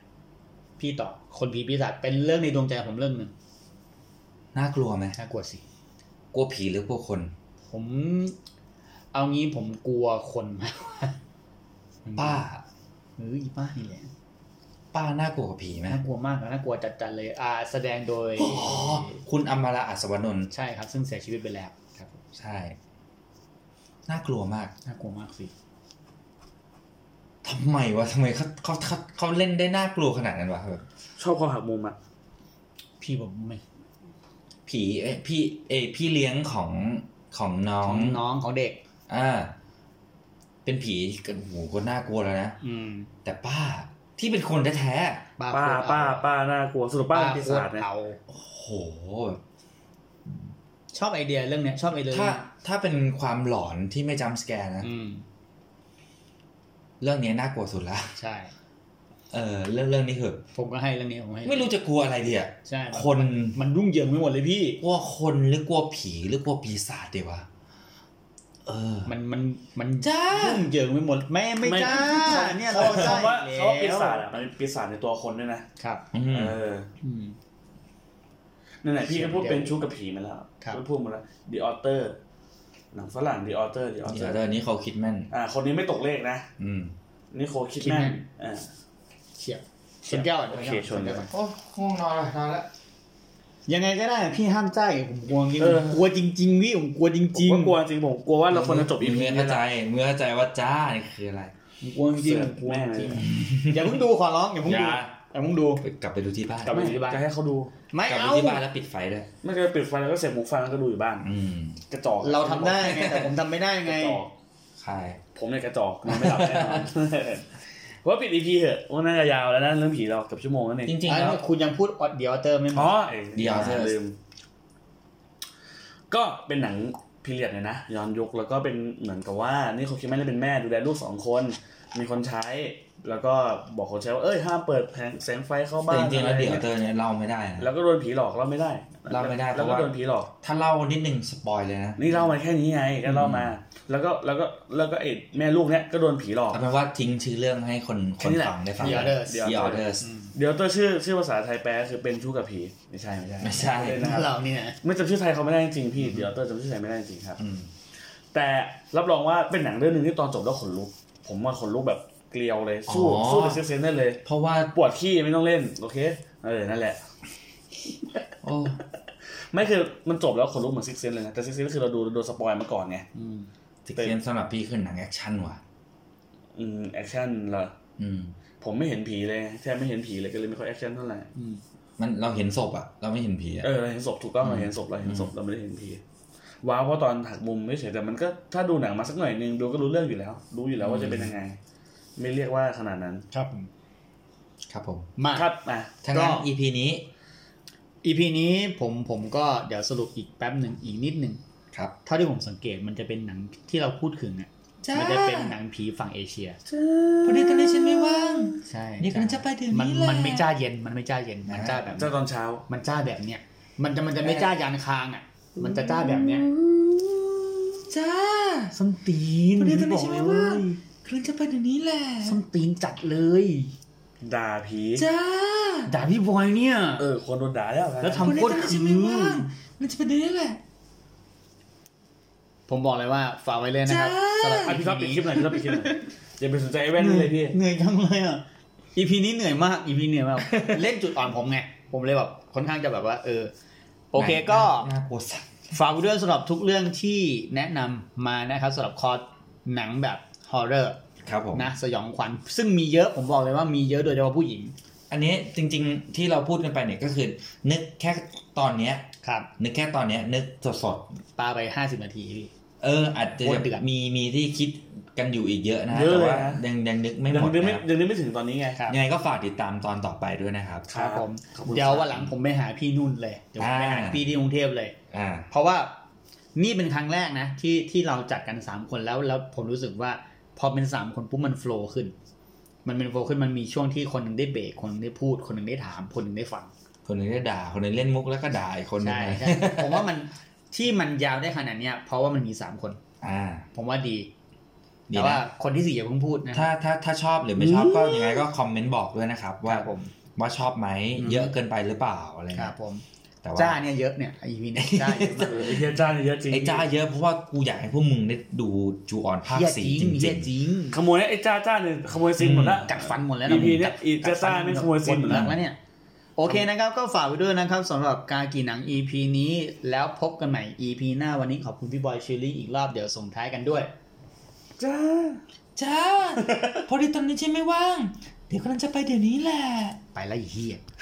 พี่ต่อ คนผีปีศาจเป็นเรื่องในดวงใจผมเรื่องหนึ่ง น่ากลัวไหม น่ากลัวสิ กลัวผีหรือกลัวคน ผม เอางี้ผมกลัวคนมาก ป้า เอออีป้านี่แหละ ป้าน่ากลัวกว่าผีไหม น่ากลัวมากนะน่ากลัวจัดๆเลย อ่า แสดงโดย อ๋อคุณอมมาราอัศวนนท์ ใช่ครับ ซึ่งเสียชีวิตไปแล้วครับ ใช่ น่ากลัวมาก น่ากลัวมากสิ ทำไมวะทำไมเขาเขาเขาเขาเล่นได้น่ากลัวขนาดนั้นวะแบบ ชอบความหักมุมอ่ะ พี่ผมไม่ ผีเอ้ยพี่เอยพี่เลี้ยงของของน้อ ข ง องน้องของเด็ก อ่า เป็นผีก็โอ้โหก็น่ากลัวแล้วนะ อืม แต่ป้าที่เป็นคนแท้ ป้าโคตรเอป้าป้า ป้าน่ากลัวสรุปป้าเป็นปี โค ศาจ ตร นะ เอา ๆโอ้โห ชอบไอเดียเรื่องเนี้ย ชอบไอเดีย ถ้าถ้าเป็นความหลอนที่ไม่จำสแกนนะ อืม เรื่องนี้น่ากลัวสุดละ ใช่ เออเรื่องเรื่องนี้คือ ผมก็ให้เรื่องนี้ผมให้ ไม่รู้จะกลัวอะไรดีอะ ใช่แบบ คน มันรุ่งเหยิงไปหมดเลยพี่ กลัวคนหรือกลัวผีหรือกลัวปีศาจดีวะ เออ มันมันมัน จ้า รุ่งเหยิงไปหมดแม่ไม่จ้าเนี่ย เขา เรา คำว่า ได้ เขาว่าปีศาจ แล้ว อ่ะมันเป็นปีศาจในตัวคนด้วยนะ ครับ อืม เออ อืม นั่นแหละพี่ก็พูดเป็นชุกกับผีมาแล้ว ครับ ก็พูดมาแล้ว The Author หนังฝรั่ง The Author The เดี๋ยว Author ตอนนี้เขาคิดแม่น อ่า คนนี้ไม่ตกเลขนะ อืม นี่โคคิดแม่นอ่า เฉียบชนแก้วก่น โอเคชนแก้วก่อน โอ้ง่วงนอนละนอนละ ยังไงก็ได้อะพี่ห้ามใจาอีกผมกลัวจริง เออ กลัวจริงๆพี่ผมกลัวจ ผม ริง ก็กลัวจริงผมกลัวว่าเราควรจะจบ อี EP เมื่ นี้ อ แล้ เข้าว ใจ นะ เมื่อเข้าใจว่าจ้านี่คืออะไร ๆผมกลัวจริง เสือก ผมกลัว แม่ จริง เลย อย่าเพิ่งดูขอร้องอย่าเพิ่ง อ ดู ย่า อย่าเพิ่งดู ไปกลับไปดูที่บ้าน กลับไปที่บ้าน จะให้เขาดู ไม่ กลับไป เอา ที่บ้านแล้วปิดไฟด้วย ไม่เคยปิดไฟแล้วก็เสียบหูฟังแล้วก็ดูอยู่บ้าน อืม กระจอก เราทำได้ ไงแต่ผมทำไม่ได้ ก ไง ระจอก ใช่ ผมเนี่ยกระจอกนอนไม่หลับแน่นอนผมว่าปิดอีพีเถอะว่าน่าจะยาวแล้วนะเรื่องผีเราเกับชั่วโมงนั่นเอง จริง อันๆแล้ว นี้คุณยังพูดออดเดียวเติมไม่หม อ๋อ ด เดี๋ยวเถอะ ลืมก็เป็นหนังพีเรียดเนี่ยนะย้อนยุคแล้วก็เป็นเหมือนกับว่า นี่เขาคิดไม่ได้เป็นแม่ดูแลลูกสองคน มีคนใช้ แล้วก็บอกคนใช้ว่าเอ้ยห้ามเปิดแผงแสงไฟเข้าบ้า แต่ น จริงๆแล้วเดี๋ยว อะไร เตอร์เนี่ยเล่าไม่ได้นะ แล้วก็โดนผีหลอกเล่าไม่ได้ เล่าไม่ได้เพ แล้ ราะ ว ว่า ก็โดนผีหลอก ถ้าเล่านิดนึงสปอยเลยนะ นี่เล่ามาแค่นี้ไงก็เล่ามา แล้วก็แล้วก็แล้วก็เอ็ดแม่ลูกเนี่ยก็โดนผีหลอก เอาเป็นว่าทิ้งชื่อเรื่องให้คนคนฟังได้ฟัง เดียวเติม เดียเดอร์ เดี๋ยวตัวชื่อชื่อภาษาไทยแปลคือเป็นชู้กับผี ไม่ใช่ไม่ใช่ ไม่ใช่ เลยนะครับ เราเนี่ยนะ ไม่จำชื่อไทยเขาไม่ได้จริงๆพี่เดี๋ยวเตอร์จำชื่อไทยไม่ได้จริงครับ อืม แต่รับรองว่าเป็นหนังเรื่องหนึ่งที่ตอนจบแล้วขนลุก ผมว่าขนลุกแบบเกลียวเลยสู้ อ๋อ สู้กับเซนเซนได้เลย เพราะว่า ปวดขี้ไม่ต้องเล่นโอเคเออนั่นแหละ โอ้ ไม่คือมันจบแล้วขนลุกเหมือนซิกเซนเลยนะแต่ซิกเซนคือเราดูโดนสปอยล์มาก่อนไง อืม ติก เป็น เซนสำหรับพี่คือหนังแอคชั่นว่ะ อืมแอคชั่นเหรอ อืม ผมไม่เห็นผีเลยแทบไม่เห็นผีเลยก็เลยไม่ค่อยแอคชั่นเท่าไหร่ อืม มันเราเห็นศพอ่ะ เราไม่เห็นผีอ่ะ เออเราเห็นศพถูกต้องเราเห็นศพเราเห็นศพเราไม่ได้เห็นผีว้าวเพราะตอนหักมุมไม่เฉยแต่มันก็ถ้าดูหนังมาสักหน่อยนึงดูก็รู้เรื่องอยู่แล้ว รู้อยู่แล้วว่าจะเป็นยังไง ไม่เรียกว่าขนาดนั้น ครับผม ครับผม มา ครับอ่ะ ทั้งนั้น ก็ EP นี้ EP นี้ผมผมก็เดี๋ยวสรุปอีกแป๊บหนึ่งอีกนิดหนึ่ง ครับ เท่าที่ผมสังเกตมันจะเป็นหนังที่เราพูดถึงเนี่ย จ้ามั มันจะเป็นหนังผีฝั่งเอเชีย พอดีตอนนี้ฉันไม่ว่าง ใช่ นี่กำลังจะไปถึง มัน นี่แหละ มันไม่จ้าเย็นมันไม่จ้าเย็นมันจ้าแบบ เจ้าตอนเช้า มันจ้าแบบเนี้ยมันจะมันจะไม่จ้ายานคางอ่ะ มันจะจ้าแบบเนี้ย จ้า ส้นตีน พอดีตอนนี้ฉันไม่ว่าบอกงเลย กำลังจะไปเดี๋ยวนี้แหละ ส้นตีนจัดเลย ด่าผี จ้า ด่าพี่บอยเนี่ย เออคนโดนด่าแล้วนะ แล้ว พอ ทำ ดี โค ต ต อ ร นคืนี้ฉันไม่ว่างกำลังจะไปเดี๋ยวนี้แหละ ผมบอกเลยว่าฝากไว้เลยนะครับ จ้า สำหรับ อ่ะ EP พี่ท็อปปิด นี้ คลิปหน่อยพี่ท็อปปิดคลิปหน่อยอย่าไปสนใจไอ้แว่นนี่เลยพี่ เหนื่อยจังเลยอ่ะ EP นี้เหนื่อยมาก EP เหนื่อยมาก เล่นจุดอ่อนผมไง ผมเลยแบบค่อนข้างจะแบบว่า เออ โอเคก็ น่าน่ากลัวสัตว์ ฝากไว้ด้วยสำหรับทุกเรื่องที่แนะนำมานะครับสำหรับคอร์สหนังแบบฮอ r ์เรอร์ ครับผม นะสยองขวัญ ซึ่งมีเยอะผมบอกเลยว่ามีเยอะโดยเฉพาะผู้หญิง อันนี้จริงๆที่เราพูดกันไปเนี่ยก็คือ นึกแค่ตอนเนี้ย ครับ นึกแค่ตอนเนี้ย นึกสด ปาไป 50 นาทีพี่ ๆเออ อาจจะ โคตรเดือด มีมีที่คิดกันอยู่อีกเยอะนะแต่ว่ายังยังนึกไม่ห ยัง มด นึกไม่ นะครับ ยังนึกไม่ถึงตอนนี้ไง ครับ ยังไงก็ฝากติดตามตอนต่อไปด้วยนะครับ ครับผม ขอบคุณครับ เดี๋ยววันหลังผมไปหาพี่นุ่นเลย เดี๋ยวผมไปหา อ่า พี่ที่กรุงเทพเลย อ่า เพราะว่านี่เป็นครั้งแรกนะ ที่ที่เราจัดกันสามคนแล้วแล้วผมรู้สึกว่า พอเป็นสามคนปุ๊บมันโฟล์ขึ้น มันเป็นโฟกัสมันมีช่วงที่คนหนึ่งได้เบรกคนหนึ่งได้พูด คนหนึ่งได้ถาม คนหนึ่งได้ฟัง คนหนึ่งได้ด่า คนหนึ่งเล่นมุกแล้วก็ด่าอีกคนหนึง ใช่ใช่ผมว่ามันที่มันยาวได้ขนาดเนี้ยเพราะว่ามันมีสามคน อ่า ผมว่าดี ดี แต่ นะ ว่าคนที่สี่อย่าเพิ่งพูดนะ ถ้าถ้าถ้าชอบหรือไม่ชอบก็ยังไงก็คอมเมนต์บอกด้วยนะครับ ค ว่า รับผม ว่าชอบไหมเยอะเกินไปหรือเปล่าอะไร ครับ เงี้ย ผม แต่ว่า จ้าเนี่ยเยอะเนี่ยอีพีเนี่ยจ้าเยอะมาก เออไอ้เฮียจ้าเนี่ยเยอะจริง ไอ้จ้าเยอะเพราะว่ากูอยากให้พวกมึงได้ดูจูออนภาค เหี้ย สี่ จริง จริ เหี้ย ง จริง ขโมยไอ้จ้าจ้าเนี่ยขโมยซินหมดละ กัดฟันหมดแล้วะ EP เนี่ยอี กัดฟั จ้าไม่ขโมยซีนหมดแล้ว แล้วเนี่ย โอเคนะครับ ก็ฝากไว้ด้วยนะครับสำหรับการกี่หนัง EP นี้ แล้วพบกันใหม่ EP หน้าวันนี้ขอบคุณพี่บอยชิลลี่อีกรอบเดี๋ยวส่งท้ายกันด้วย จ้า จ้าพอดีตอนนี้ฉันไม่ว่าง เดี๋ยวกำลังจะไปเดี๋ยวนี้แหละ ไปแล้วไอีเฮีย